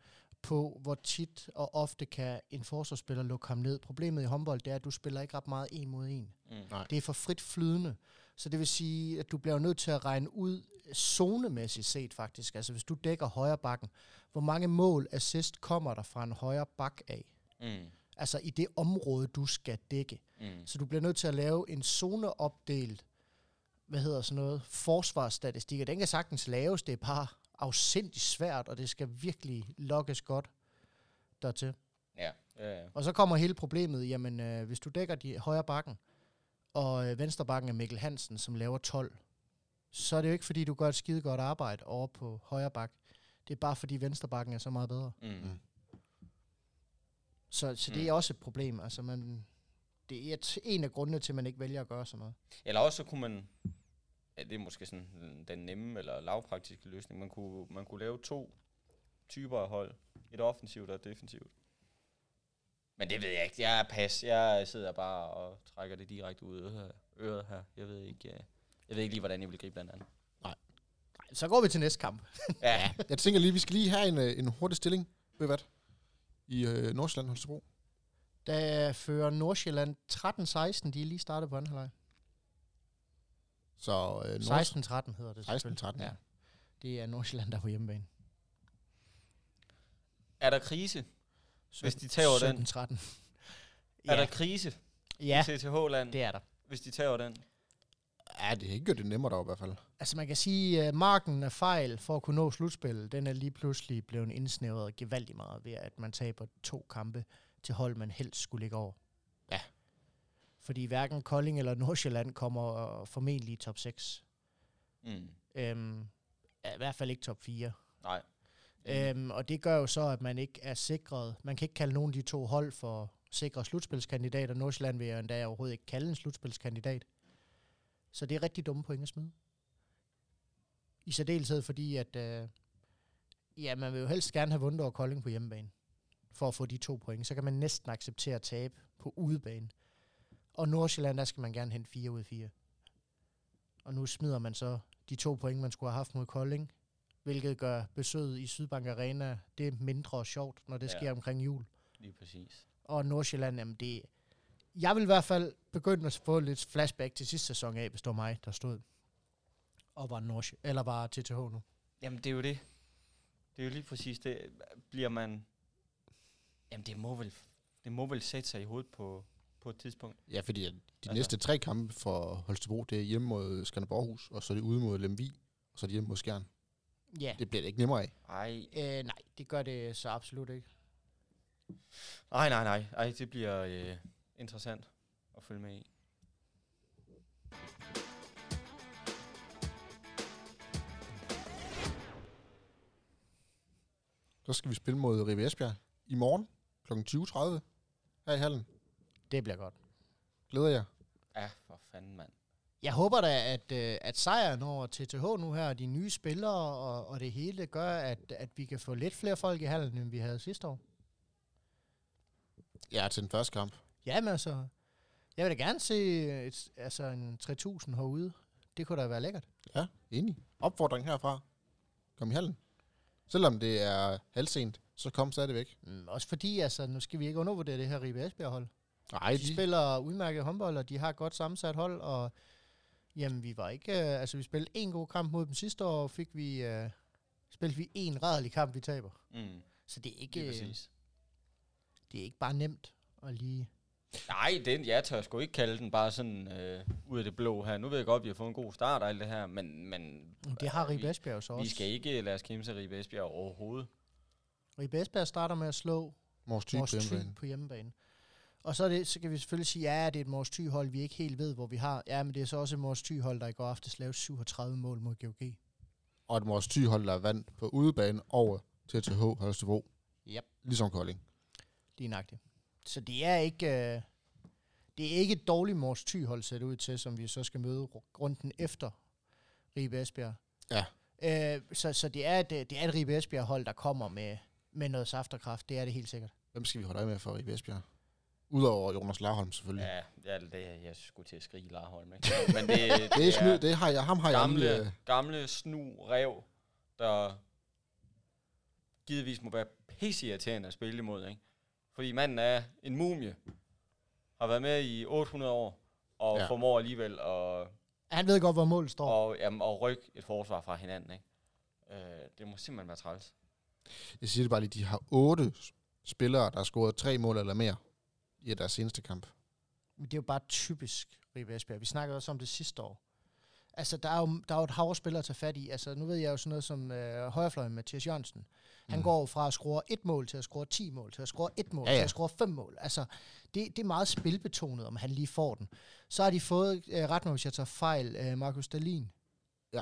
S2: på hvor tit og ofte kan en forsvarsspiller lukke ham ned. Problemet i håndbold, det er, at du spiller ikke ret meget en mod en.
S3: mm.
S2: Det er for frit flydende. Så det vil sige, at du bliver jo nødt til at regne ud zonemæssigt set faktisk. Altså hvis du dækker højre bakken, hvor mange mål assist kommer der fra en højre bak af?
S3: Mm.
S2: altså i det område, du skal dække.
S3: Mm.
S2: Så du bliver nødt til at lave en zoneopdelt, hvad hedder sådan noget, forsvarsstatistik, og den kan sagtens laves, det er bare afsindig svært, og det skal virkelig lokkes godt dertil.
S3: Ja. ja, ja.
S2: Og så kommer hele problemet, jamen øh, hvis du dækker de højre bakken, og øh, venstre bakken er Mikkel Hansen, som laver 12, så er det jo ikke, fordi du gør et skide godt arbejde over på højre bak. Det er bare, fordi venstre bakken er så meget bedre.
S3: Mm.
S2: Så, så det er også et problem. Altså, man, det er et, en af grundene til, at man ikke vælger at gøre sådan noget.
S3: Eller også så kunne man, ja, det er måske sådan den- den nemme eller lavpraktiske løsning, man kunne, man kunne lave to typer af hold. Et offensivt og et defensivt. Men det ved jeg ikke. Jeg er pas. Jeg sidder bare og trækker det direkte ud af øret her. Jeg ved ikke, øh, jeg ved ikke lige, hvordan jeg vil gribe den anden.
S2: Så går vi til næste kamp.
S3: Ja,
S1: Jeg tænker lige, vi skal lige have en, øh, en hurtig stilling. Ved I hvad? I øh, Nordsjælland, Holstebro.
S2: Der fører Nordsjælland 13-16. De er lige startet på anden halvleg.
S1: Så øh, Nords-
S2: 16-13 hedder
S1: 16,
S2: det selvfølgelig.
S1: 13.
S2: Ja. Det er Nordsjælland, der er på hjemmebane.
S3: er der krise? Hvis de tager den.
S2: 13
S3: Er
S2: ja.
S3: der krise
S2: ja,
S3: i CTH-land,
S2: det er der.
S3: hvis de tager den?
S1: Ja, det har ikke gjort det nemmere dog i hvert fald.
S2: Altså man kan sige, at marken af fejl for at kunne nå slutspillet, den er lige pludselig blevet indsnævret gevaldigt meget ved, at man taber to kampe til hold, man helst skulle ligge over.
S1: Ja.
S2: Fordi hverken Kolding eller Nordsjælland kommer øh, formentlig i top 6.
S3: Mm.
S2: Øh, Øhm, ja, I hvert fald ikke top 4.
S3: Nej.
S2: Øhm, og det gør jo så, at man ikke er sikret. Man kan ikke kalde nogen af de to hold for sikre slutspilskandidater. Nordsjælland vil jeg jo endda overhovedet ikke kalde en slutspilskandidat. Så det er rigtig dumme point at smide. I særdeleshed fordi, at øh, ja, man vil jo helst gerne have vundet over Kolding på hjemmebane, for at få de to point. Så kan man næsten acceptere at tabe på udebane. Og Nordsjælland, der skal man gerne hente 4 ud af 4. Og nu smider man så de to point, man skulle have haft mod Kolding, hvilket gør besøget i Sydbank Arena det mindre sjovt, når det
S3: Ja.
S2: ja. sker omkring jul.
S3: Lige præcis.
S2: Og Nordsjælland, jamen det... Jeg vil i hvert fald begynde at få lidt flashback til sidste sæson af, hvis det var mig, der stod og var, Nordsj- eller var TTH nu.
S3: Jamen, det er jo det. Det er jo lige præcis det. Bliver man... Jamen, det må vel, det må vel sætte sig i hovedet på, på et tidspunkt.
S1: Ja, fordi at de
S3: Altså.
S1: altså. næste tre kampe for Holstebro, det er hjemme mod Skanderborghus, og så er det ude mod Lemvi, og så er det hjemme mod Skjern.
S2: Ja,
S1: Det bliver det ikke nemmere af.
S3: Ej,
S2: øh, nej, det gør det så absolut ikke.
S3: nej, nej, nej. Ej, det bliver øh, interessant at følge med i.
S1: Så skal vi spille mod Rive Esbjerg i morgen kl. 20.30 her i hallen.
S2: Det bliver godt.
S1: Glæder jer.
S3: Ja, for fanden, mand.
S2: Jeg håber da, at, øh, at sejren over TTH nu her, og de nye spillere og, og det hele, gør, at, at vi kan få lidt flere folk i hallen, end vi havde sidste år.
S1: Ja, til den første kamp.
S2: Jamen altså, jeg vil da gerne se et, altså en 3000 herude. Det kunne da være lækkert.
S1: Ja, enig. Opfordring herfra. Kom i hallen. Selvom det er halvsent, så kom stadigvæk.
S2: Mm, også fordi, altså, nu skal vi ikke undervurdere det her Ribe Esbjerg-hold.
S1: Nej,
S2: De spiller udmærket håndbold, og de har et godt sammensat hold, og jamen, vi var ikke, øh, altså, vi spillede en god kamp mod dem sidste år, og fik vi, øh, spillede vi en rædderlig kamp, vi taber.
S3: Mm,
S2: Så det er ikke,
S3: lige
S2: øh,
S3: præcis.
S2: det er ikke bare nemt at lige...
S3: Nej, den, jeg tør sgu ikke kalde den bare sådan øh, ud af det blå her. Nu ved jeg godt, at vi har fået en god start og alt det her, men, men
S2: Det har Ribe
S3: vi,
S2: Esbjerg jo så
S3: vi
S2: også.
S3: skal ikke øh, lade os kæmpe Ribe Esbjerg overhovedet.
S2: Ribe Esbjerg starter med at slå
S1: Mors Thy
S2: Mors
S1: på
S2: Thy
S1: hjemmebane.
S2: på hjemmebane. Og så, er det, så kan vi selvfølgelig sige, ja, det er et Mors Thy-hold, vi ikke helt ved, hvor vi har. Ja, men det er så også et Mors Thy-hold, der i går aftes lavede 37 mål mod GOG.
S1: Og at Mors Thy holder vand på udebane over TTH Holstebro.
S2: Yep.
S1: Ligesom Kolding.
S2: Lige nøjagtigt. Så det er ikke... Øh, det er ikke et dårligt Mors Thy-hold ser det ud til, som vi så skal møde ru- runden efter Ribe Esbjerg.
S1: Ja.
S2: Øh, så, så det er et, øh, det er et Ribe Esbjerg-hold, der kommer med, med noget safterkraft. Det er det helt sikkert.
S1: Hvem skal vi holde øje med for Rive Esbjerg? Udover Jonas Larholm
S2: Mm.
S1: selvfølgelig. Ja.
S3: Ja, ja det, jeg skulle til at skrige Larholm, ikke? Men det, det,
S1: Det er snu, det har jeg, ham har jeg
S3: gamle,
S1: lige, øh,
S3: gamle snu rev, der givetvis må være pisseirriterende at spille imod, ikke? Fordi manden er en mumie, har været med i 800 år, og
S1: Ja.
S3: ja. formår alligevel at,
S2: Han ved godt, hvor målet står.
S3: og, jamen, at rykke et forsvar fra hinanden, ikke? Øh, det må simpelthen være træls.
S1: Jeg siger det bare lige, de har otte spillere, der har scoret tre mål eller mere i deres seneste kamp.
S2: Men det er jo bare typisk Ribe Esbjerg. Vi snakkede også om det sidste år. Altså, der er jo, der er jo et hav af spillere at tage fat i. Altså, nu ved jeg jo sådan noget som øh, højrefløjen Mathias Jørgensen.
S1: Mm.
S2: Han mm. går jo fra at score et mål til at score 10 mål, til at score et mål,
S1: Ja,
S2: ja,
S1: ja.
S2: ja. til at score fem mål. Altså, det, det er meget spilbetonet, om han lige får den. Så har de fået, øh, ret mig hvis jeg tager fejl, øh, Markus Dahlin.
S1: Ja.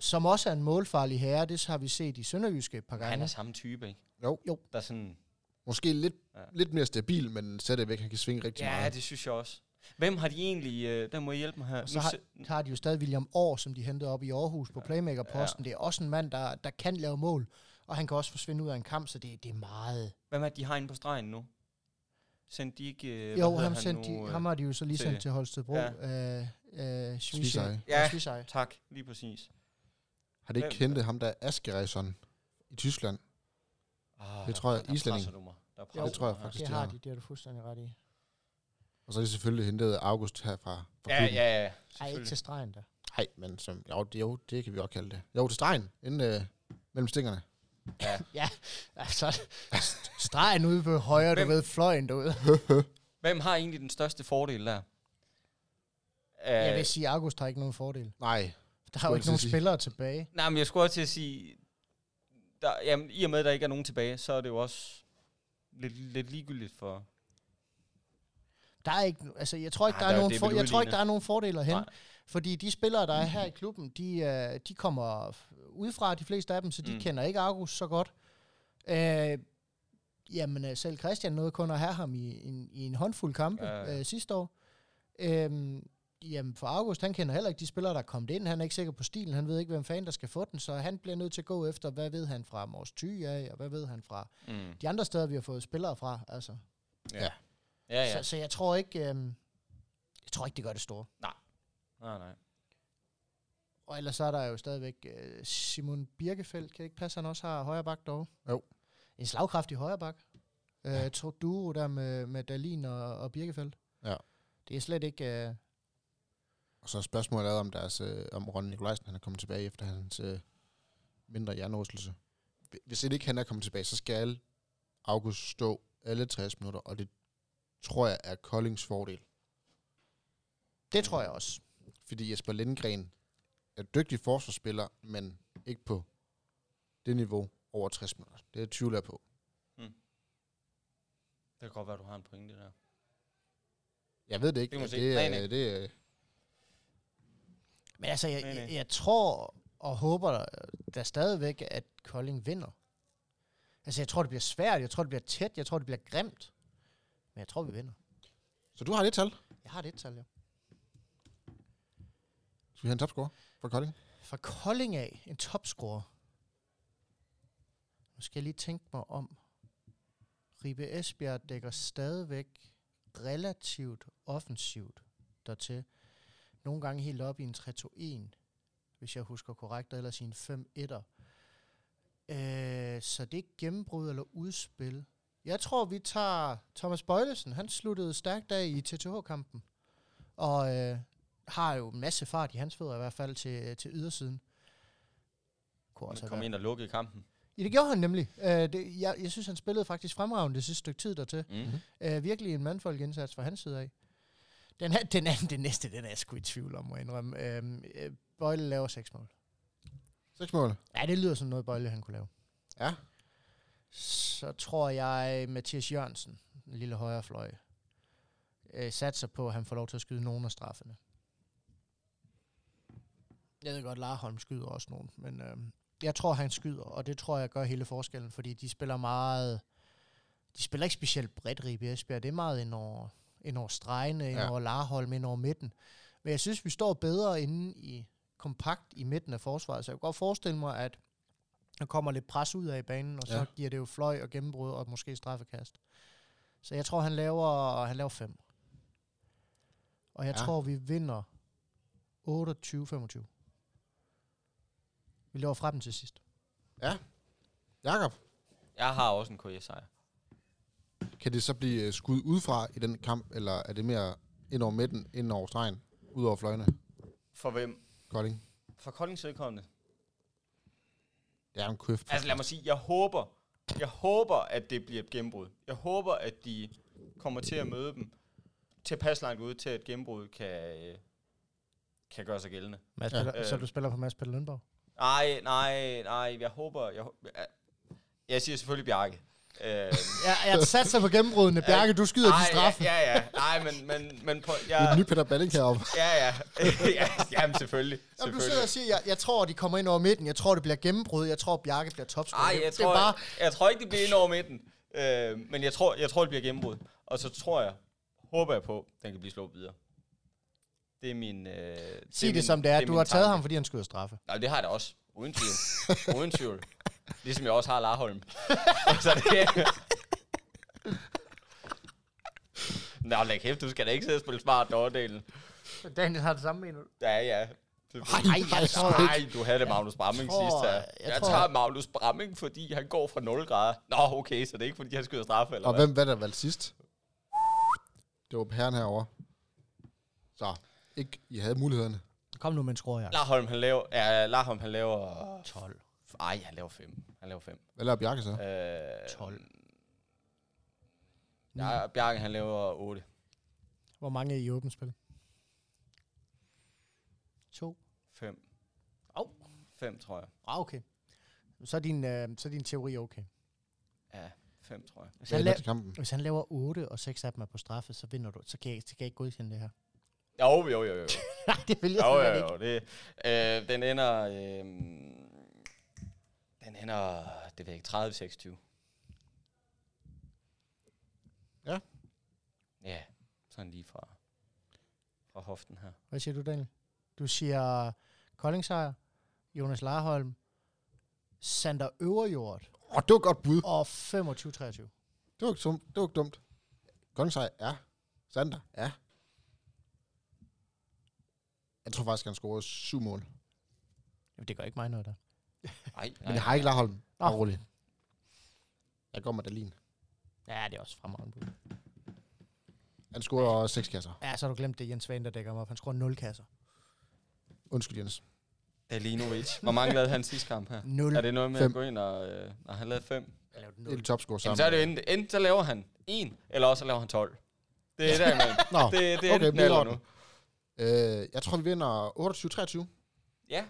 S2: Som også er en målfarlig herre, det har vi set i Sønderjyske et par gange.
S3: Han er samme type, ikke?
S1: Jo.
S2: Jo.
S3: Der er sådan,
S1: Måske lidt, ja.
S3: Ja.
S1: lidt mere stabil, men stadigvæk, han kan svinge rigtig
S3: ja,
S1: meget.
S3: det synes jeg også. Hvem har de egentlig... Øh, der må I hjælpe mig her.
S2: Og så
S3: Nu
S2: har-
S3: se-
S2: har Mm. de jo stadig William Aar, som de hentede op i Aarhus på playmakerposten. Ja. Det er også en mand, der, der kan lave mål, og han kan også forsvinde ud af en kamp, så det, det er meget...
S3: Hvem er det, de har inde på stregen nu? Sendte de ikke... øh, hvad
S2: jo,
S3: hedder
S2: ham,
S3: han
S2: sendt
S3: nu,
S2: de,
S3: øh,
S2: ham har de jo så lige
S3: til-
S2: sendt til Holstebro.
S3: Ja.
S2: Ja. Øh, øh,
S1: Svisej.
S2: Svisej.
S3: Ja.
S2: Svisej.
S3: Tak, lige præcis.
S1: Har det ikke
S3: Hvem-
S1: kendt ham, der er Askereson i Tyskland?
S3: Ah,
S1: Det tror jeg,
S3: der,
S1: islænding.
S3: Der presser du mig. Der presser
S2: Jo,
S1: det tror jeg
S3: du mig.
S1: faktisk,
S2: Det
S1: de
S2: har
S1: har.
S2: de, det har du fuldstændig ret i.
S1: Og så er det selvfølgelig hentet August her fra, fra
S3: Ja,
S1: klubben.
S3: ja, ja.
S2: Ej, ikke
S3: selvfølgelig.
S2: til stregen der.
S1: Nej, men som, jo, det, jo, det kan vi også kalde det. Jo, til stregen, inden øh, mellem stingerne.
S2: Altså, stregen ude på højre, du
S3: Hvem-
S2: ved, fløjen derude.
S3: Hvem har egentlig den største fordel der? Uh,
S2: Jeg vil sige, August har ikke nogen fordel.
S1: Nej,
S2: Der er
S1: Skulle
S2: jo
S1: jeg
S2: ikke
S1: til at
S2: nogen
S1: sige.
S2: spillere tilbage.
S3: nej, men jeg skulle også til at sige... Der, jamen, I og med, at der ikke er nogen tilbage, så er det jo også lidt, lidt ligegyldigt for...
S2: Der er ikke, altså, jeg tror ikke,
S3: Ej,
S2: der,
S3: der
S2: er
S3: er jo
S2: nogen
S3: det,
S2: for,
S3: vi
S2: jeg tror ikke,
S3: udligner.
S2: der er nogen fordele at hente.
S3: Nej.
S2: Fordi de spillere, der er her i klubben, de, øh, de kommer f- udefra, de fleste af dem, så de
S3: Mm.
S2: mm. kender ikke Argus så godt. Øh, jamen, øh, selv Christian nåede kun at have ham i, en, i en håndfuld kampe
S3: Ja,
S2: ja,
S3: ja.
S2: ja. Øh, sidste år. Øh, jamen, for August, han kender heller ikke de spillere, der er kommet ind. Han er ikke sikker på stilen, han ved ikke, hvem fanden der skal få den, så han bliver nødt til at gå efter, hvad ved han fra Mors Thy af, og hvad ved han fra
S3: Mm.
S2: de andre steder, vi har fået spillere fra. Altså.
S3: Ja,
S2: Ja,
S3: ja.
S2: ja. Så, så jeg tror ikke, øh, jeg tror ikke, det gør det store.
S3: Nej, nej.
S2: Og ellers så er der jo stadigvæk øh, Simon Birkefeldt. Kan det ikke passe, han også har højre bak dog?
S1: Jo.
S2: En slagkraftig højre bak. Øh, to duo der med, med Dalin og, og Birkefeldt.
S1: Ja.
S2: Det er slet ikke... Øh,
S1: Og så er spørgsmålet er, om, deres, øh, om Ron Nikolajsen han er kommet tilbage efter hans øh, mindre hjernerystelse. Hvi- Hvis ikke han er kommet tilbage, så skal August stå alle 60 minutter, og det tror jeg er Koldings fordel.
S2: det tror jeg også.
S1: Fordi Jesper Lindgren er dygtig forsvarsspiller, men ikke på det niveau over 60 minutter. Det er tvivl jeg på.
S3: Det kan godt være, du har en pointe der.
S1: Jeg ved det ikke.
S3: Det må
S1: og
S3: se.
S1: det,
S3: Nej,
S1: er-
S3: nej.
S1: det, er-
S2: Men altså, jeg,
S3: Nej, nej.
S2: jeg, jeg tror og håber da stadigvæk, at Kolding vinder. Altså, jeg tror, det bliver svært. Jeg tror, det bliver tæt. Jeg tror, det bliver grimt. Men jeg tror, vi vinder.
S1: Så du har det tal?
S2: Jeg har det tal, ja.
S1: Skal vi have en topscore for Kolding?
S2: Fra Kolding af, en topscorer. Nu skal jeg lige tænke mig om. Ribe Esbjerg dækker stadigvæk relativt offensivt dertil. Nogle gange helt op i en 3-2-1, hvis jeg husker korrekt, eller sin 5-1'er. Øh, så det er ikke gennembrud eller udspil. Jeg tror, vi tager Thomas Bøjlesen. Han sluttede stærkt af i TTH-kampen. Og øh, har jo en masse fart i hans fødder, i hvert fald til, øh, til ydersiden. Kunne
S3: Han
S2: også have
S3: kom
S2: været-
S3: ind og lukkede kampen.
S2: Ja, det gjorde han nemlig. Øh, det, jeg, jeg synes, han spillede faktisk fremragende det sidste stykke tid dertil.
S3: Mm.
S2: Øh, virkelig en mandfolkindsats fra hans side af. Den, her, den, anden, den næste, den er jeg sgu i tvivl om, må jeg indrømme. Øhm, Øh, Bøjle laver seks mål.
S1: 6 mål.
S2: Ja, det lyder som noget, Bøjle han kunne lave.
S1: Ja.
S2: Så tror jeg, Mathias Jørgensen, en lille højre fløj, øh, satser på, at han får lov til at skyde nogle af straffene. Jeg ved godt, Larholm skyder også nogen, men øh, jeg tror, han skyder, og det tror jeg gør hele forskellen, fordi de spiller meget... De spiller ikke specielt bredt, Ribe Esbjerg. Det er meget ind over, ind over stregene, ind
S1: Ja.
S2: over Larholm, ind over midten. Men jeg synes, vi står bedre inde i kompakt i midten af forsvaret, så jeg kan godt forestille mig, at der kommer lidt pres ud af banen, og så
S1: Ja.
S2: ja. giver det jo fløj og gennembrud og måske straffekast. Så jeg tror, han laver, han laver fem. Og jeg
S1: Ja.
S2: ja. tror, vi vinder 28-25. Vi laver fra dem til sidst.
S1: Jakob,
S3: Jeg har også en KS-sejr.
S1: kan det så blive øh, skudt udefra i den kamp, eller er det mere ind over midten, ind over stregen, ud over fløjene?
S3: For hvem?
S1: Kolding.
S3: For Koldings vedkommende.
S1: Det er en køft.
S3: Altså lad mig sige, jeg håber, jeg håber, at det bliver et gennembrud. Jeg håber, at de kommer til at møde dem tilpas langt ude til, at gennembrud kan, øh, kan gøre sig gældende.
S2: Mads
S1: Ja.
S2: Peter,
S3: Øh.
S2: Så du spiller på Mads Peter Lønborg?
S3: Nej, nej, nej, jeg håber, jeg, hå- jeg, jeg siger selvfølgelig Bjarke. Øh,
S2: Jeg, jeg satser på gennembruddene. Bjarke, du skyder de
S3: ej,
S2: straffe.
S3: Ja, ja, ja. nej, men, men, men på,
S1: Det er
S3: jeg,
S1: den nye Peter Balling heroppe.
S3: ja, ja, ja, jamen selvfølgelig,
S2: Jamen, du sidder
S3: selvfølgelig.
S2: og siger, jeg, jeg tror, de kommer ind over midten. Jeg tror, det bliver gennembrud. Jeg tror, Bjarke bliver topscorer.
S3: Nej,
S2: Det-
S3: jeg
S2: det er
S3: tror,
S2: bare,
S3: jeg, jeg tror ikke, det bliver ind over midten. Øh, men jeg tror, jeg tror, det bliver gennembrud. Og så tror jeg, håber jeg på, den kan blive slået videre. Det er min... Øh,
S2: sig det,
S3: min-
S2: det som det er. Du
S3: min
S2: har taget
S3: tanke.
S2: ham, fordi han skyder straffe.
S3: Nej, det har jeg da også. Uden tvivl. Uden tvivl. Ligesom jeg også har Larholm. så det Nå, læg kæft, du skal da ikke sidde og spille smart dårdelen.
S2: Daniel har det samme mening.
S3: Ja, ja.
S2: Nej, jeg tror ikke.
S3: Nej, du havde det Magnus Bramming
S2: tror-
S3: sidst her.
S2: jeg
S3: Jeg,
S2: tror-
S3: tager Magnus Bramming, fordi han går fra 0 grader. Nå, okay, så det er ikke, fordi han skyder straffe, eller
S1: Og
S3: hvad?
S1: hvem var der valgt sidst? Det var herren herovre. Så, ikke, I havde mulighederne.
S2: Kom nu med en skruer,
S3: Larholm, han laver... Ja, Larholm, han laver...
S2: 12.
S3: Ej, han laver 5. Han laver 5.
S1: Hvad laver Bjarke så?
S3: Øh,
S2: 12.
S3: ja, Bjarke, han laver 8.
S2: Hvor mange er I i åbent spil? To.
S3: 5.
S2: Au.
S3: 5, tror jeg.
S2: Ah, okay. Så er din, øh, så er din teori okay.
S3: Ja, 5, tror jeg.
S2: Hvis
S1: Hvad
S2: han,
S1: ender
S2: la-
S1: til kampen?
S2: hvis han laver 8, og 6 af dem er på straffe, så vinder du. Så kan jeg, så kan jeg ikke godkende det her.
S3: Jo, jo, jo, jo. jo.
S2: Nej, det vil jeg
S3: jo,
S2: slet
S3: jo,
S2: ikke.
S3: jo. Det, øh, den ender... Øh, den ender... Det ved jeg ikke, 30-26.
S1: Ja.
S3: Ja, sådan lige fra, fra hoften her.
S2: Hvad siger du, Daniel? Du siger Kolding sejr, Jonas Larholm, Sander Øverjord
S1: Åh, det var et godt bud.
S2: og 25-23.
S1: Det var ikke, dumt. Det var ikke dumt. Gonsej er. Sander er. Jeg tror faktisk, han scorede syv mål. Men
S2: Jamen, det gør ikke mig noget der.
S3: Nej, nej.
S1: jeg har ikke Larholm.
S2: Nå.
S1: Bare rolig. Jeg går med Dalin.
S2: Ja, det er også fremragende. bud.
S1: Han scorede seks kasser.
S2: Ja, så har du glemt det, Jens Svane, der dækker mig op. Han skruer 0 kasser.
S1: Undskyld, Jens.
S3: Dalinovic. Hvor mange lavede han sidste kamp her?
S2: 0.
S3: Er det noget med
S1: Fem.
S3: at gå ind og... Øh, når han lavede fem?
S1: Det er en topscore sammen.
S3: Jamen, så er det jo enten, enten så laver han en, eller også så laver han 12. Det er der, man.
S1: Nå,
S3: Det, det er
S1: okay,
S3: okay, enten
S1: vi laver
S3: eller
S1: den.
S3: nu.
S1: øh, jeg tror, vi vinder 28-23.
S3: Ja,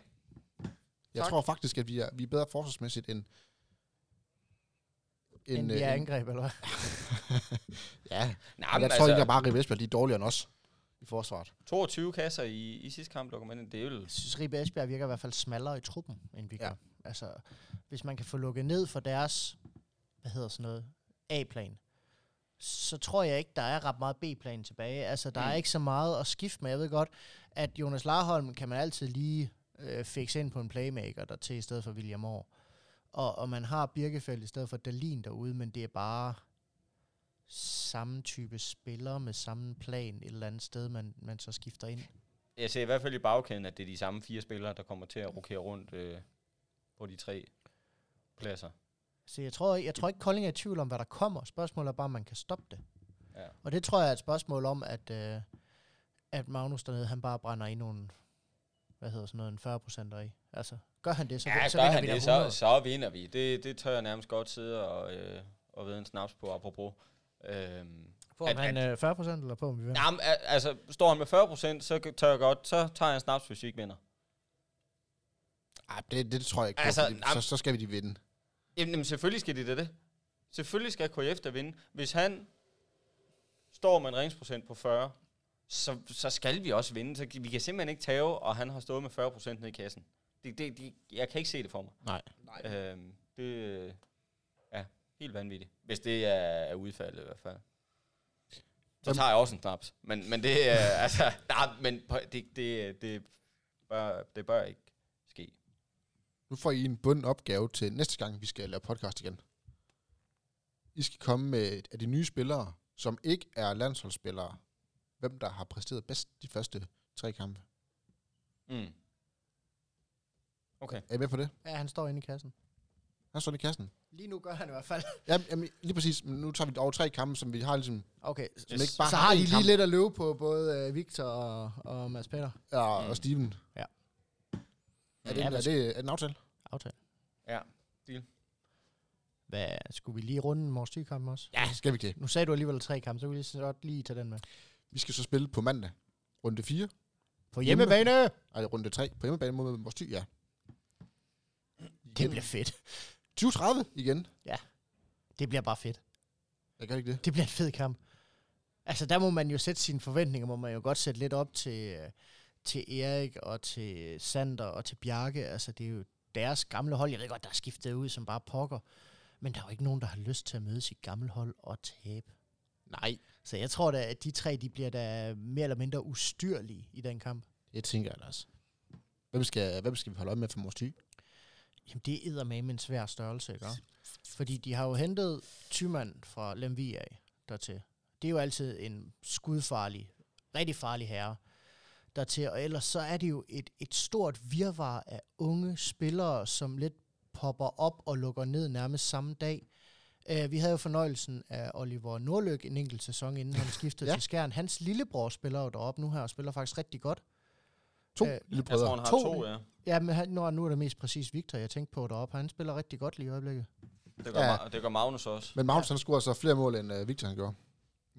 S1: Jeg
S3: Tak.
S1: tror faktisk, at vi er, vi er bedre forsvarsmæssigt end...
S2: En, en,
S1: øh,
S2: en angreb, eller hvad?
S1: ja, Jamen,
S3: Nej, men
S1: jeg tror
S3: altså,
S1: ikke, at bare Ribe Esbjerg, de er dårligere end os i forsvaret.
S3: 22 kasser i, i sidste kamp lukker man ind. Det er jo
S2: Jeg synes, Ribe Esbjerg virker i hvert fald smallere i truppen, end vi
S1: Ja.
S2: gør. Ja. Altså, hvis man kan få lukket ned for deres, hvad hedder sådan noget, A-plan, så tror jeg ikke, der er ret meget B-plan tilbage. Altså, der mm. er
S3: Mm.
S2: ikke så meget at skifte med. Jeg ved godt, at Jonas Larholm kan man altid lige øh, fikse ind på en playmaker der til i stedet for William Aar. Og, og man har Birkefeldt i stedet for Dalin derude, men det er bare samme type spillere med samme plan et eller andet sted, man, man så skifter ind.
S3: Jeg ser i hvert fald i bagkæden, at det er de samme fire spillere, der kommer til at rokere rundt øh, på de tre pladser.
S2: Så jeg tror, jeg tror ikke, Kolding er i tvivl om, hvad der kommer. Spørgsmålet er bare, om man kan stoppe det.
S3: Ja.
S2: Og det tror jeg er et spørgsmål om, at, øh, at Magnus dernede, han bare brænder i nogle, hvad hedder sådan noget, en 40 procent i. Altså, gør han det, så,
S3: Ja,
S2: så
S3: så gør
S2: vinder
S3: han
S2: vi da
S3: det,
S2: 100.
S3: så, så vinder vi. Det, det tør jeg nærmest godt sidde og, øh, og vide en snaps på, apropos. Øhm,
S2: På
S3: at-
S2: om han øh, 40 procent, eller på om vi vinder.
S3: jamen, al- altså, står han med 40%, så g- tør jeg godt, så tager jeg en snaps, hvis vi ikke vinder.
S1: Ej, det, det tror jeg ikke på,
S3: Altså,
S1: altså,
S3: nej.
S1: så, så skal vi de vinde.
S3: Jamen, jamen selvfølgelig skal de da det. Selvfølgelig skal KF da vinde. Hvis han står med en ringsprocent på 40, så, så skal vi også vinde. Så vi kan simpelthen ikke tage, og han har stået med 40% ned i kassen. Det, det, det, jeg kan ikke se det for mig.
S1: Nej.
S3: Øhm, det øh, er helt vanvittigt. Hvis det er, er udfaldet i hvert fald. Så
S1: Hvem-
S3: tager jeg også en snaps. Men, men det er, altså, nej, men på- det, det, det, bør, det bør ikke ske.
S1: Nu får I en bunden opgave til næste gang, vi skal lave podcast igen. I skal komme med af de nye spillere, som ikke er landsholdsspillere, hvem der har præsteret bedst de første tre kampe.
S3: Mm. Okay.
S1: Er I med på det?
S2: Ja, han står inde i kassen.
S1: Han står i kassen.
S2: Lige nu gør han i hvert fald.
S1: Jamen, jamen, lige præcis. Men nu tager vi over tre kampe, som vi har ligesom...
S2: Okay,
S1: Som
S3: Yes.
S1: ikke bare
S2: så har
S1: én
S2: de lige
S1: kamp.
S2: lidt at løbe på, både øh, Victor og, og Mads Peter.
S1: Og,
S3: Mm.
S1: og Steven.
S2: Ja.
S1: Er det,
S2: Ja,
S1: en, er,
S2: hvis-
S1: det, er det en aftale?
S2: Aftale.
S3: Ja, deal.
S2: Hvad, skulle vi lige runde Mors Thy-kampen også?
S1: Ja, skal vi det.
S2: Nu sagde du alligevel tre kampe, så kan vi lige så godt lige tage den med.
S1: Vi skal så spille på mandag. Runde 4.
S2: På
S1: Hjemme-
S2: hjemmebane!
S1: Ej, runde 3 på hjemmebane mod vores ty, ja.
S2: Det bliver fedt.
S1: 2030 igen.
S2: Det bliver bare fedt.
S1: Jeg gør ikke det.
S2: Det bliver en fed kamp. Altså, der må man jo sætte sine forventninger, må man jo godt sætte lidt op til, øh, til Erik og til Sander og til Bjarke. Altså, det er jo deres gamle hold. Jeg ved godt, der er skiftet ud som bare pokker. Men der er jo ikke nogen, der har lyst til at møde sit gamle hold og tabe.
S1: Nej.
S2: Så jeg tror da, at de tre, de bliver da mere eller mindre ustyrlige i den kamp.
S1: Det tænker jeg da også. Hvem skal, hvem skal vi holde øje med for vores ty?
S2: Jamen, det er med en svær størrelse, ikke? også? Fordi de har jo hentet Thyman fra Lemvig af dertil. Det er jo altid en skudfarlig, rigtig farlig herre dertil. Og ellers så er det jo et, et stort virvar af unge spillere, som lidt popper op og lukker ned nærmest samme dag. Uh, vi havde jo fornøjelsen af Oliver Nordløk en enkelt sæson, inden han skiftede
S1: Ja.
S2: ja. til Skjern. Hans lillebror spiller jo deroppe nu her, og spiller faktisk rigtig godt.
S1: To
S2: Øh,
S1: øh, lille
S3: Jeg tror, han
S1: brødre.
S3: har
S2: To.
S3: to, to ja.
S2: Ja, men han, nu er- nu er det mest præcis Victor, jeg tænkte på deroppe. Han spiller rigtig godt lige i øjeblikket.
S3: Det gør,
S1: Ja.
S3: ja. Ma- det gør Magnus også.
S1: Men Magnus, han scorede så flere mål, end uh, Victor han gjorde.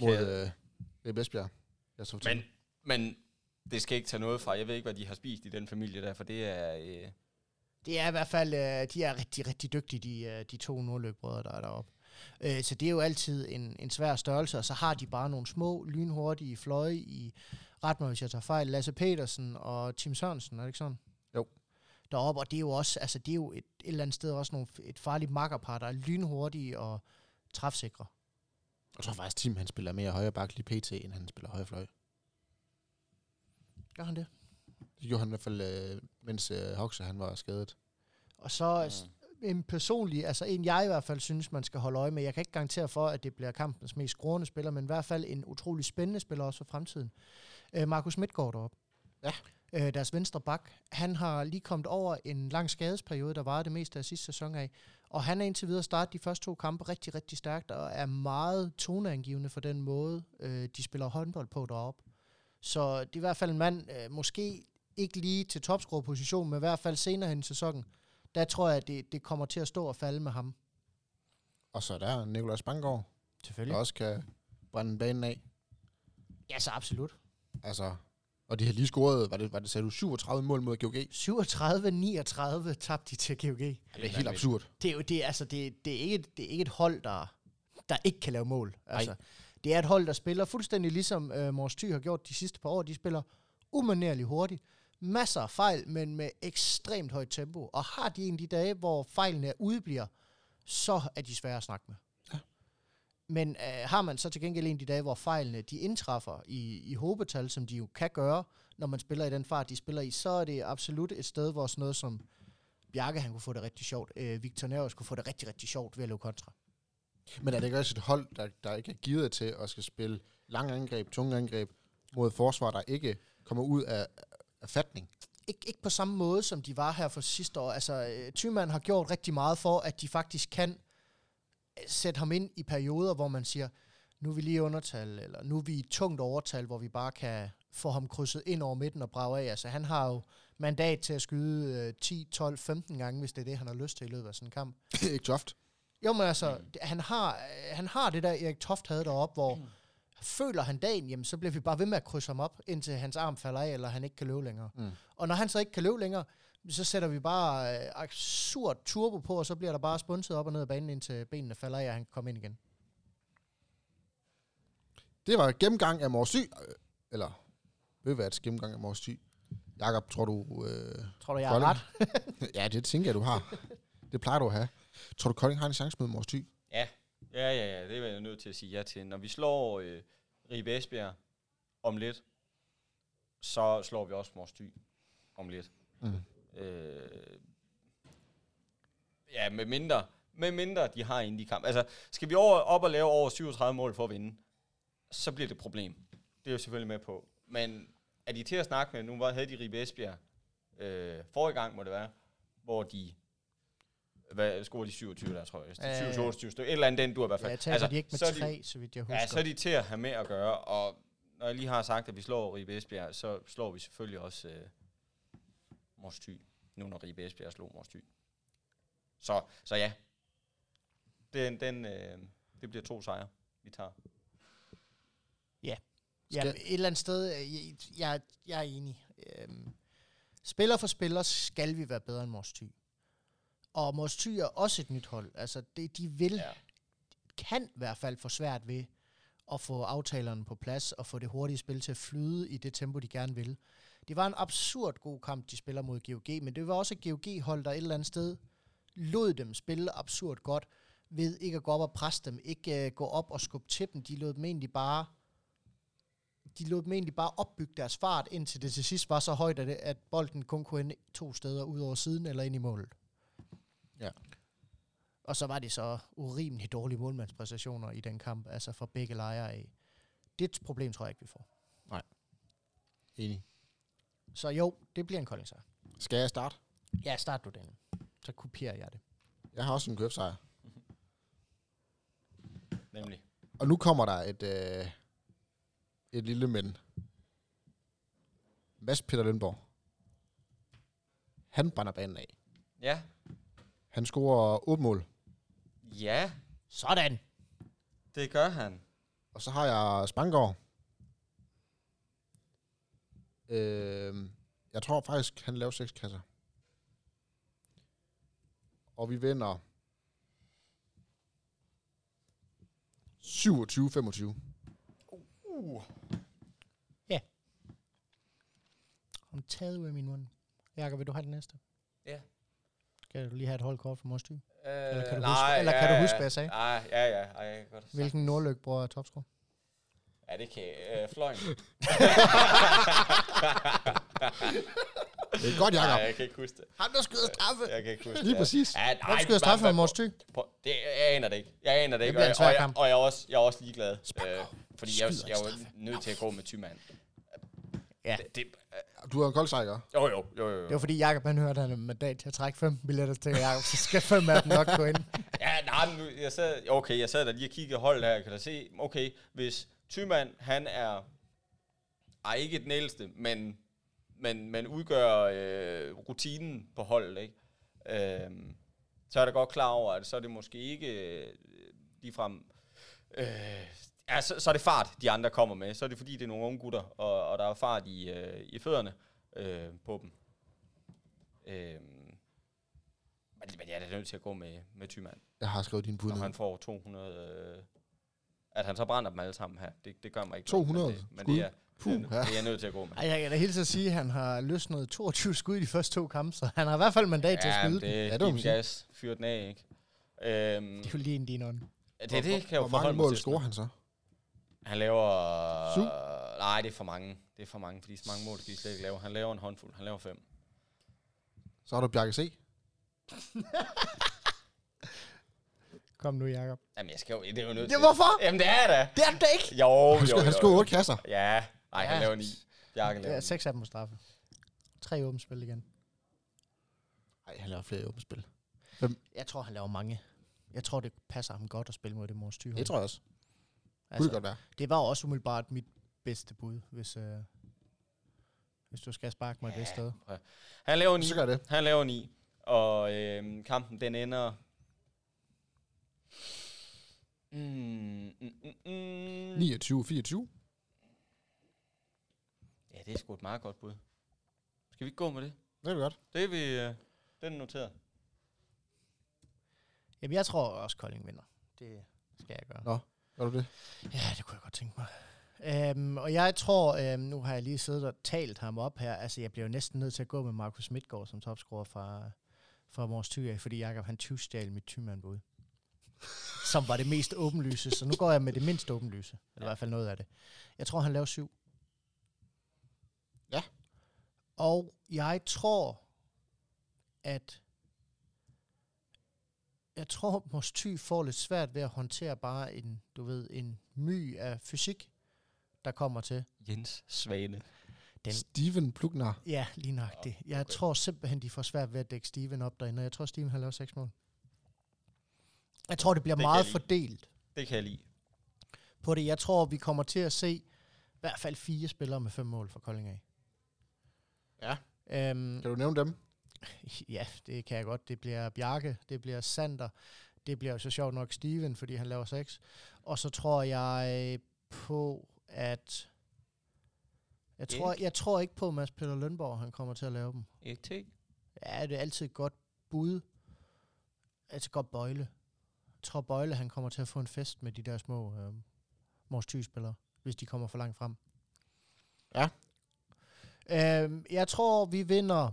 S1: Mod
S3: Kæde.
S1: uh, Rebe Esbjerg. Jeg så
S3: Men, men det skal ikke tage noget fra. Jeg ved ikke, hvad de har spist i den familie der, for det er... Øh,
S2: Det er i hvert fald, øh, de er rigtig, rigtig dygtige, de, øh, de to nordløbbrødre, der er deroppe. Øh, så det er jo altid en, en svær størrelse, og så har de bare nogle små, lynhurtige fløje i ret mig, hvis jeg tager fejl, Lasse Petersen og Tim Sørensen, er det ikke sådan?
S1: Jo.
S2: Deroppe, og det er jo også, altså det er jo et, et eller andet sted også nogle, et farligt makkerpar, der er lynhurtige og træfsikre.
S1: Jeg tror faktisk, Tim han spiller mere højre bak lige pt, end han spiller højre fløj.
S2: Gør han det?
S1: Det gjorde han i hvert fald, øh, mens øh, Hoxha, han var skadet.
S2: Og så mm. en personlig, altså en jeg i hvert fald synes, man skal holde øje med. Jeg kan ikke garantere for, at det bliver kampens mest scorende spiller, men i hvert fald en utrolig spændende spiller også for fremtiden. Øh, Markus Midtgaard deroppe.
S1: Ja.
S2: Øh, deres venstre bak. Han har lige kommet over en lang skadesperiode, der varede det meste af sidste sæson af. Og han er indtil videre startet de første to kampe rigtig, rigtig stærkt, og er meget toneangivende for den måde, øh, de spiller håndbold på deroppe. Så det er i hvert fald en mand, øh, måske ikke lige til topscore-position, men i hvert fald senere hen i sæsonen, der tror jeg, at det, det kommer til at stå og falde med ham.
S1: Og så er der Nikolaj Spangård, der
S2: Selvfølgelig.
S1: også kan brænde banen af.
S2: Ja, så absolut.
S1: Altså, og de har lige scoret, var det, var det sagde du, 37 mål mod GOG?
S2: 37-39 tabte de til GOG.
S1: Det er helt absurd.
S2: Det er jo det, er- altså, det, det, er ikke, et- det er ikke et hold, der, der ikke kan lave mål. Altså, det er et hold, der spiller fuldstændig ligesom øh, Mors Thy har gjort de sidste par år. De spiller umanerligt hurtigt. Masser af fejl, men med ekstremt højt tempo. Og har de en af de dage, hvor fejlene udebliver, så er de svære at snakke med.
S1: Ja.
S2: Men øh, har man så til gengæld en af de dage, hvor fejlene de indtræffer i, i hobetal, som de jo kan gøre, når man spiller i den fart, de spiller i, så er det absolut et sted, hvor sådan noget som Bjarke, han kunne få det rigtig sjovt. Øh, Victor Nervus kunne få det rigtig, rigtig sjovt ved at løbe kontra.
S1: Men er det ikke også et hold, der, der ikke er givet til at skal spille lang angreb, tunge angreb mod et forsvar, der ikke kommer ud af, af fatning?
S2: Ikke, ikke på samme måde, som de var her for sidste år. Altså, øh, Thyman har gjort rigtig meget for, at de faktisk kan øh, sætte ham ind i perioder, hvor man siger, nu er vi lige i undertal, eller nu er vi i tungt overtal, hvor vi bare kan få ham krydset ind over midten og brage af. Altså, han har jo mandat til at skyde øh, 10, 12, 15 gange, hvis det er det, han har lyst til i løbet af sådan en kamp.
S1: ikke Toft.
S2: Jo, men altså, mm. han, har, øh, han har det der, Erik Toft havde deroppe, hvor mm. føler han dagen, jamen, så bliver vi bare ved med at krydse ham op, indtil hans arm falder af, eller han ikke kan løbe længere.
S1: Mm.
S2: Og når han så ikke kan løbe længere, så sætter vi bare øh, absurd turbo på, og så bliver der bare spunset op og ned af banen, indtil benene falder af, og han kan komme ind igen.
S1: Det var gennemgang af Mors Sy, øh, eller Bøvats gennemgang af Mors Sy. Jakob, tror du... Øh,
S2: Tror du, jeg har ret?
S1: ja, det tænker jeg, du har. Det plejer du at have. Tror du, Kolding har en chance mod Mors Sy?
S3: Ja, ja, ja, det er jeg nødt til at sige ja til. Når vi slår øh, Ribe Esbjerg om lidt, så slår vi også Mors Thy om lidt.
S1: Mm.
S3: Øh, ja, med mindre, med mindre de har en i kamp. Altså, skal vi over, op og lave over 37 mål for at vinde, så bliver det et problem. Det er jeg selvfølgelig med på. Men er de til at snakke med? Nu var, havde de Ribe Esbjerg øh, forrige gang, må det være, hvor de hvad, scorer de 27 der, tror jeg.
S2: Ja, ja, ja.
S3: 27, 28 stykker. Et eller andet den du i hvert
S2: Ja,
S3: fald.
S2: jeg tager altså, de ikke med
S3: så er de-
S2: tre, så vidt jeg husker.
S3: Ja, så er de til at have med at gøre, og når jeg lige har sagt, at vi slår Ribe Esbjerg, så slår vi selvfølgelig også øh, Mors Thy, nu når Ribe Esbjerg slog Mors Thy. Så, så ja, den, den, øh, det bliver to sejre, vi tager.
S2: Ja,
S1: Skal-
S2: et eller andet sted, øh, jeg, jeg, jeg er enig. Øhm, spiller for spiller skal vi være bedre end Mors Thy. Og Mors Thy er også et nyt hold. Altså, det, de vil, ja.
S3: Ja.
S2: kan i hvert fald få svært ved at få aftalerne på plads og få det hurtige spil til at flyde i det tempo, de gerne vil. Det var en absurd god kamp, de spiller mod GOG, men det var også et GOG-hold, der et eller andet sted lod dem spille absurd godt ved ikke at gå op og presse dem, ikke øh, gå op og skubbe til dem. De lod dem egentlig bare de lod dem egentlig bare opbygge deres fart, indtil det til sidst var så højt, at, det, at bolden kun kunne ende to steder ud over siden eller ind i målet.
S1: Ja.
S2: Og så var det så urimeligt dårlige målmandspræstationer i den kamp, altså for begge lejre af. Det er et problem tror jeg ikke, vi får.
S1: Enig.
S2: Så jo, det bliver en kolding sejr.
S1: Skal jeg starte?
S2: Ja, start du den. Så kopierer jeg det.
S1: Jeg har også en købsejr.
S3: Nemlig.
S1: Og nu kommer der et, øh, et lille men. Mads Peter Lønborg. Han brænder banen af.
S3: Ja,
S1: Han scorer 8 mål.
S3: ja,
S2: Sådan!
S3: det gør han.
S1: Og så har jeg Spangård. Øh, jeg tror faktisk, han laver 6 kasser. Og vi vinder 27-25.
S3: Uh.
S2: Ja. Hun er taget ud af min mund. Jakob, vil du have den næste?
S3: Ja.
S2: Skal du lige have et hold kort for Mors Thy?
S3: Øh,
S2: Eller kan du huske- eller kan du huske, hvad jeg sagde?
S3: Nej, ja, ja. Ej, jeg kan godt
S2: Hvilken nordløg bruger topscore?
S3: Ja, det kan jeg. Øh, fløjen.
S1: Det er godt, Jacob.
S3: Nej, jeg kan ikke huske det.
S1: Ham, der skyder straffe.
S3: Jeg kan ikke huske
S1: Lige
S3: det.
S1: præcis.
S3: Ja, nej,
S2: Hvem skyder straffe med
S3: man-
S2: Mors Thy?
S3: Prøv- Det, jeg aner det ikke. Jeg aner det ikke.
S2: bliver en
S3: og,
S2: svær
S3: jeg, og, jeg,
S2: kamp.
S3: og jeg, er også, jeg er også ligeglad. Øh, fordi jeg,
S1: Skyder
S3: jeg er
S1: en
S3: jo nødt til at gå med tymand.
S2: Ja.
S3: Det, det,
S1: Du har en kold sejr.
S3: jo, jo, jo, jo.
S2: Det
S3: jo.
S2: var fordi Jakob han hørte, at han havde mandat til at trække 15 billetter til Jakob, så skal fem af dem nok gå ind.
S3: Ja, nej, men nu- jeg sad, okay, jeg sad der lige og kiggede hold her. Jeg kan da se, okay, hvis tymand, han er, ej, ikke den ældste, men, men, men udgør øh, rutinen på holdet, ikke? Øh, så er jeg da godt klar over, at så er det måske ikke øh, ligefrem Øh, ja, så, så er det fart, de andre kommer med. Så er det fordi, det er nogle unge gutter, og, og der er fart i, øh, i fødderne øh, på dem. Øh, men, men jeg er da nødt til at gå med, med Thyman,
S1: Jeg har skrevet din bud
S3: når
S1: ned.
S3: han får 200... Øh, at han så brænder dem alle sammen her, det, det gør mig ikke. noget,
S1: 200
S3: Men det, men det, er,
S1: Puh,
S3: det, er,
S1: ja.
S3: det er jeg nødt til at gå med.
S2: Ej, jeg kan da helt at sige, at han har løsnet 22 skud i de første to kampe, så han har i hvert fald mandat til at
S3: Ja,
S2: skyde
S3: men
S2: det.
S3: det
S1: Ja,
S3: er
S1: det må
S3: ja,
S1: man sige.
S3: gas, fyr den af, ikke? Øhm,
S2: Det er jo lige en din ånd.
S3: det, det, kan jeg
S1: Hvor
S3: jo
S1: mange
S3: forholde mig
S1: mål
S3: til.
S1: scorer han så?
S3: Han laver...
S1: Syv?
S3: Nej, det er for mange. Det er for mange, fordi så mange mål skal de slet ikke lave. Han laver en håndfuld. Han laver fem.
S1: Så har du Bjarke C.
S2: Kom nu, Jakob.
S3: Jamen, jeg skal jo... Det er jo nødt
S2: Ja,
S3: til.
S2: hvorfor?
S3: Jamen, det er det.
S2: Det er det ikke!
S3: Jo,
S1: Han
S3: jo,
S1: scorer-
S3: jo.
S1: Han scorer otte kasser.
S3: Ja. Nej, han
S2: Ja.
S3: laver ni. Bjarke
S2: Det
S3: laver
S2: er
S3: ni.
S2: seks af dem på straffe. Tre åbent spil igen.
S1: Nej, han laver flere åbne spil.
S2: Jeg tror, han laver mange. Jeg tror, det passer ham godt at spille mod det Mors Thy. Altså,
S1: Det tror jeg altså. også. Det kunne det godt være.
S2: det var også umiddelbart mit bedste bud, hvis, øh, hvis du skal sparke mig ja. et vist sted.
S3: Han laver ni.
S1: Så gør jeg det.
S3: Han laver ni. Og øhm, kampen, den ender... Mm, mm, mm, mm.
S1: 29-24.
S3: Ja, det er sgu et meget godt bud. Skal vi ikke gå med det?
S1: Det er det godt.
S3: Det er vi... Øh, den er noteret.
S2: Jamen, jeg tror også, Kolding vinder. Det skal jeg gøre.
S1: Nå. Gør du det?
S2: Ja, det kunne jeg godt tænke mig. Øhm, og jeg tror, øhm, nu har jeg lige siddet og talt ham op her, altså jeg bliver jo næsten nødt til at gå med Markus Midtgaard som topscorer fra, fra Mors Tyge, fordi Jakob han tyvstjal mit tymandbud, som var det mest åbenlyse, så nu går jeg med det mindst åbenlyse, eller i hvert fald noget af det. Jeg tror, han laver syv.
S1: Ja.
S2: Og jeg tror, at jeg tror, Mors Thy får lidt svært ved at håndtere bare en, du ved, en my af fysik, der kommer til.
S3: Jens Svane.
S2: Den-
S1: Steven Plugner.
S2: Ja, lige nøjagtigt. Jeg
S3: okay.
S2: tror simpelthen, de får svært ved at dække Steven op derinde, og jeg tror, Steven har lavet seks mål. Jeg tror, det bliver
S3: Det
S2: det
S3: kan
S2: meget
S3: jeg lide.
S2: fordelt
S3: Det kan jeg lide.
S2: på det. Jeg tror, vi kommer til at se i hvert fald fire spillere med fem mål for Kolding af.
S1: Ja.
S2: Øhm,
S1: Kan du nævne dem?
S2: Ja, det kan jeg godt. Det bliver Bjarke, det bliver Sander, det bliver jo så sjovt nok Steven, fordi han laver sex. Og så tror jeg på, at... Jeg tror,
S3: Erik?
S2: jeg tror ikke på, at Mads Peter Lønborg han kommer til at lave dem.
S3: Erik T.
S2: Ja, det er altid et godt bud. Altså godt bøjle. Jeg tror, Bøjle han kommer til at få en fest med de der små øh, Mors spillere hvis de kommer for langt frem.
S1: Ja.
S2: Øhm, jeg tror, vi vinder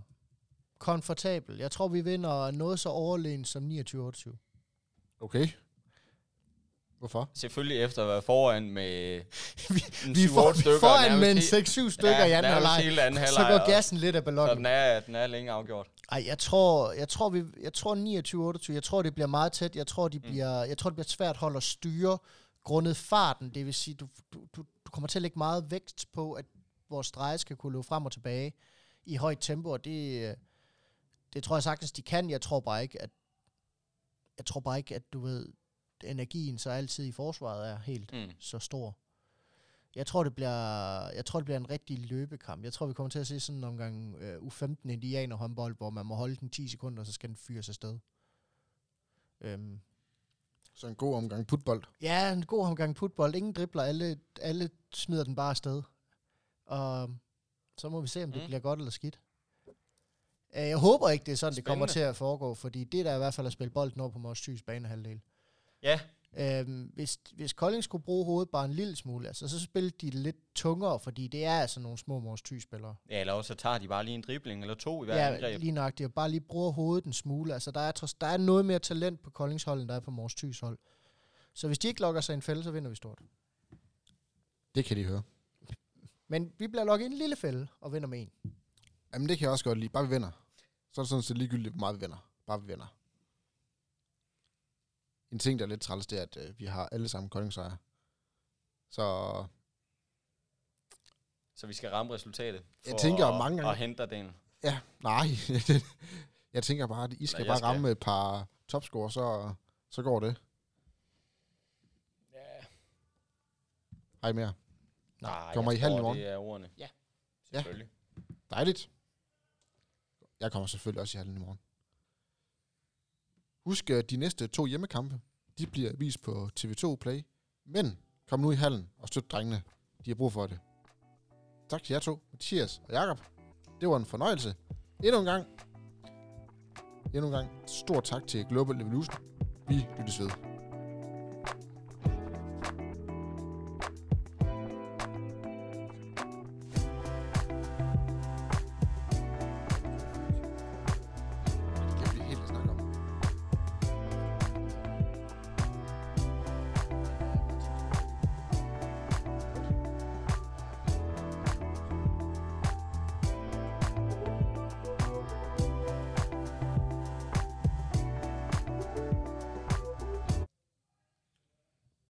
S2: komfortabel. Jeg tror, vi vinder noget så overlegen som 29-28.
S1: Okay. Hvorfor?
S3: Selvfølgelig efter at være foran med
S2: vi,
S3: en
S2: vi
S3: 7-8
S2: får vi
S3: stykker,
S2: foran med en
S3: nærmest he-
S2: 6-7 stykker i anden
S3: nærmest
S2: halvleg.
S3: hele anden
S2: Så
S3: halvleg,
S2: går
S3: og-
S2: gassen lidt af
S3: Så
S2: ballonen.
S3: den er, den er længe afgjort.
S2: Ej, jeg tror, jeg tror, vi, jeg tror 29-28. Jeg tror, det bliver meget tæt. Jeg tror, de bliver, jeg tror, det bliver et svært hold at styre grundet farten. Det vil sige, du, du, du, du kommer til at lægge meget vægt på, at vores dreje skal kunne løbe frem og tilbage i højt tempo, og det, øh, det tror jeg sagtens, de kan. Jeg tror bare ikke, at jeg tror bare ikke, at du ved, energien så altid i forsvaret er helt
S3: Mm.
S2: så stor. Jeg tror, det bliver, jeg tror, det bliver en rigtig løbekamp. Jeg tror, vi kommer til at se sådan en omgang øh, U15 indianer håndbold, hvor man må holde den 10 sekunder, og så skal den fyres afsted. Øhm.
S1: Så en god omgang putbold.
S2: Ja, en god omgang putbold. Ingen dribler. Alle, alle smider den bare afsted. Og øhm, så må vi se, om det
S3: Mm.
S2: mm. bliver godt eller skidt. Øh, Jeg håber ikke, det er sådan, Spændende. det kommer
S3: Spændende.
S2: til at foregå, fordi det der i hvert fald er at spille bolden over på Mors Thys banehalvdel.
S3: Ja,
S2: Øhm, hvis, hvis Kolding skulle bruge hovedet bare en lille smule, altså, så spillede de lidt tungere, fordi det er altså nogle små Mors Thy-spillere.
S3: Ja, eller også så tager de bare lige en dribling eller to i hver ja,
S2: Ja,
S3: angreb.
S2: lige nok. Det er bare lige bruger hovedet en smule. Altså, der er, trods, der er noget mere talent på Koldings hold, end der er på Mors Thys hold. Så hvis de ikke lokker sig i en fælde, så vinder vi stort.
S1: Det kan de høre.
S2: Men vi bliver lokket i en lille fælde og vinder med en.
S1: Jamen, det kan jeg også godt lide. Bare vi vinder. Så er det sådan set ligegyldigt, hvor meget vi vinder. Bare vi vinder. En ting, der er lidt træls, det er, at øh, vi har alle sammen koldingsejre. Så
S3: Så vi skal ramme resultatet.
S1: Jeg tænker,
S3: at,
S1: mange gange-
S3: Og hente dig den.
S1: ja, nej. det- jeg tænker bare, at I skal
S3: jeg
S1: bare
S3: skal.
S1: ramme et par topscorer, så, så går det.
S3: Ja.
S1: Har I mere?
S3: Nej,
S1: Kommer
S3: jeg
S1: I halv i
S3: tror,
S1: morgen?
S3: Det er ordene.
S2: Ja.
S1: Ja.
S3: Selvfølgelig.
S1: Dejligt. Jeg kommer selvfølgelig også i halen i morgen. Husk, at de næste to hjemmekampe, de bliver vist på TV2 Play. Men kom nu i hallen og støt drengene. De har brug for det. Tak til jer to, Mathias og Jakob. Det var en fornøjelse. Endnu en gang. Endnu en gang. Stort tak til Global Evolution. Vi lyttes ved.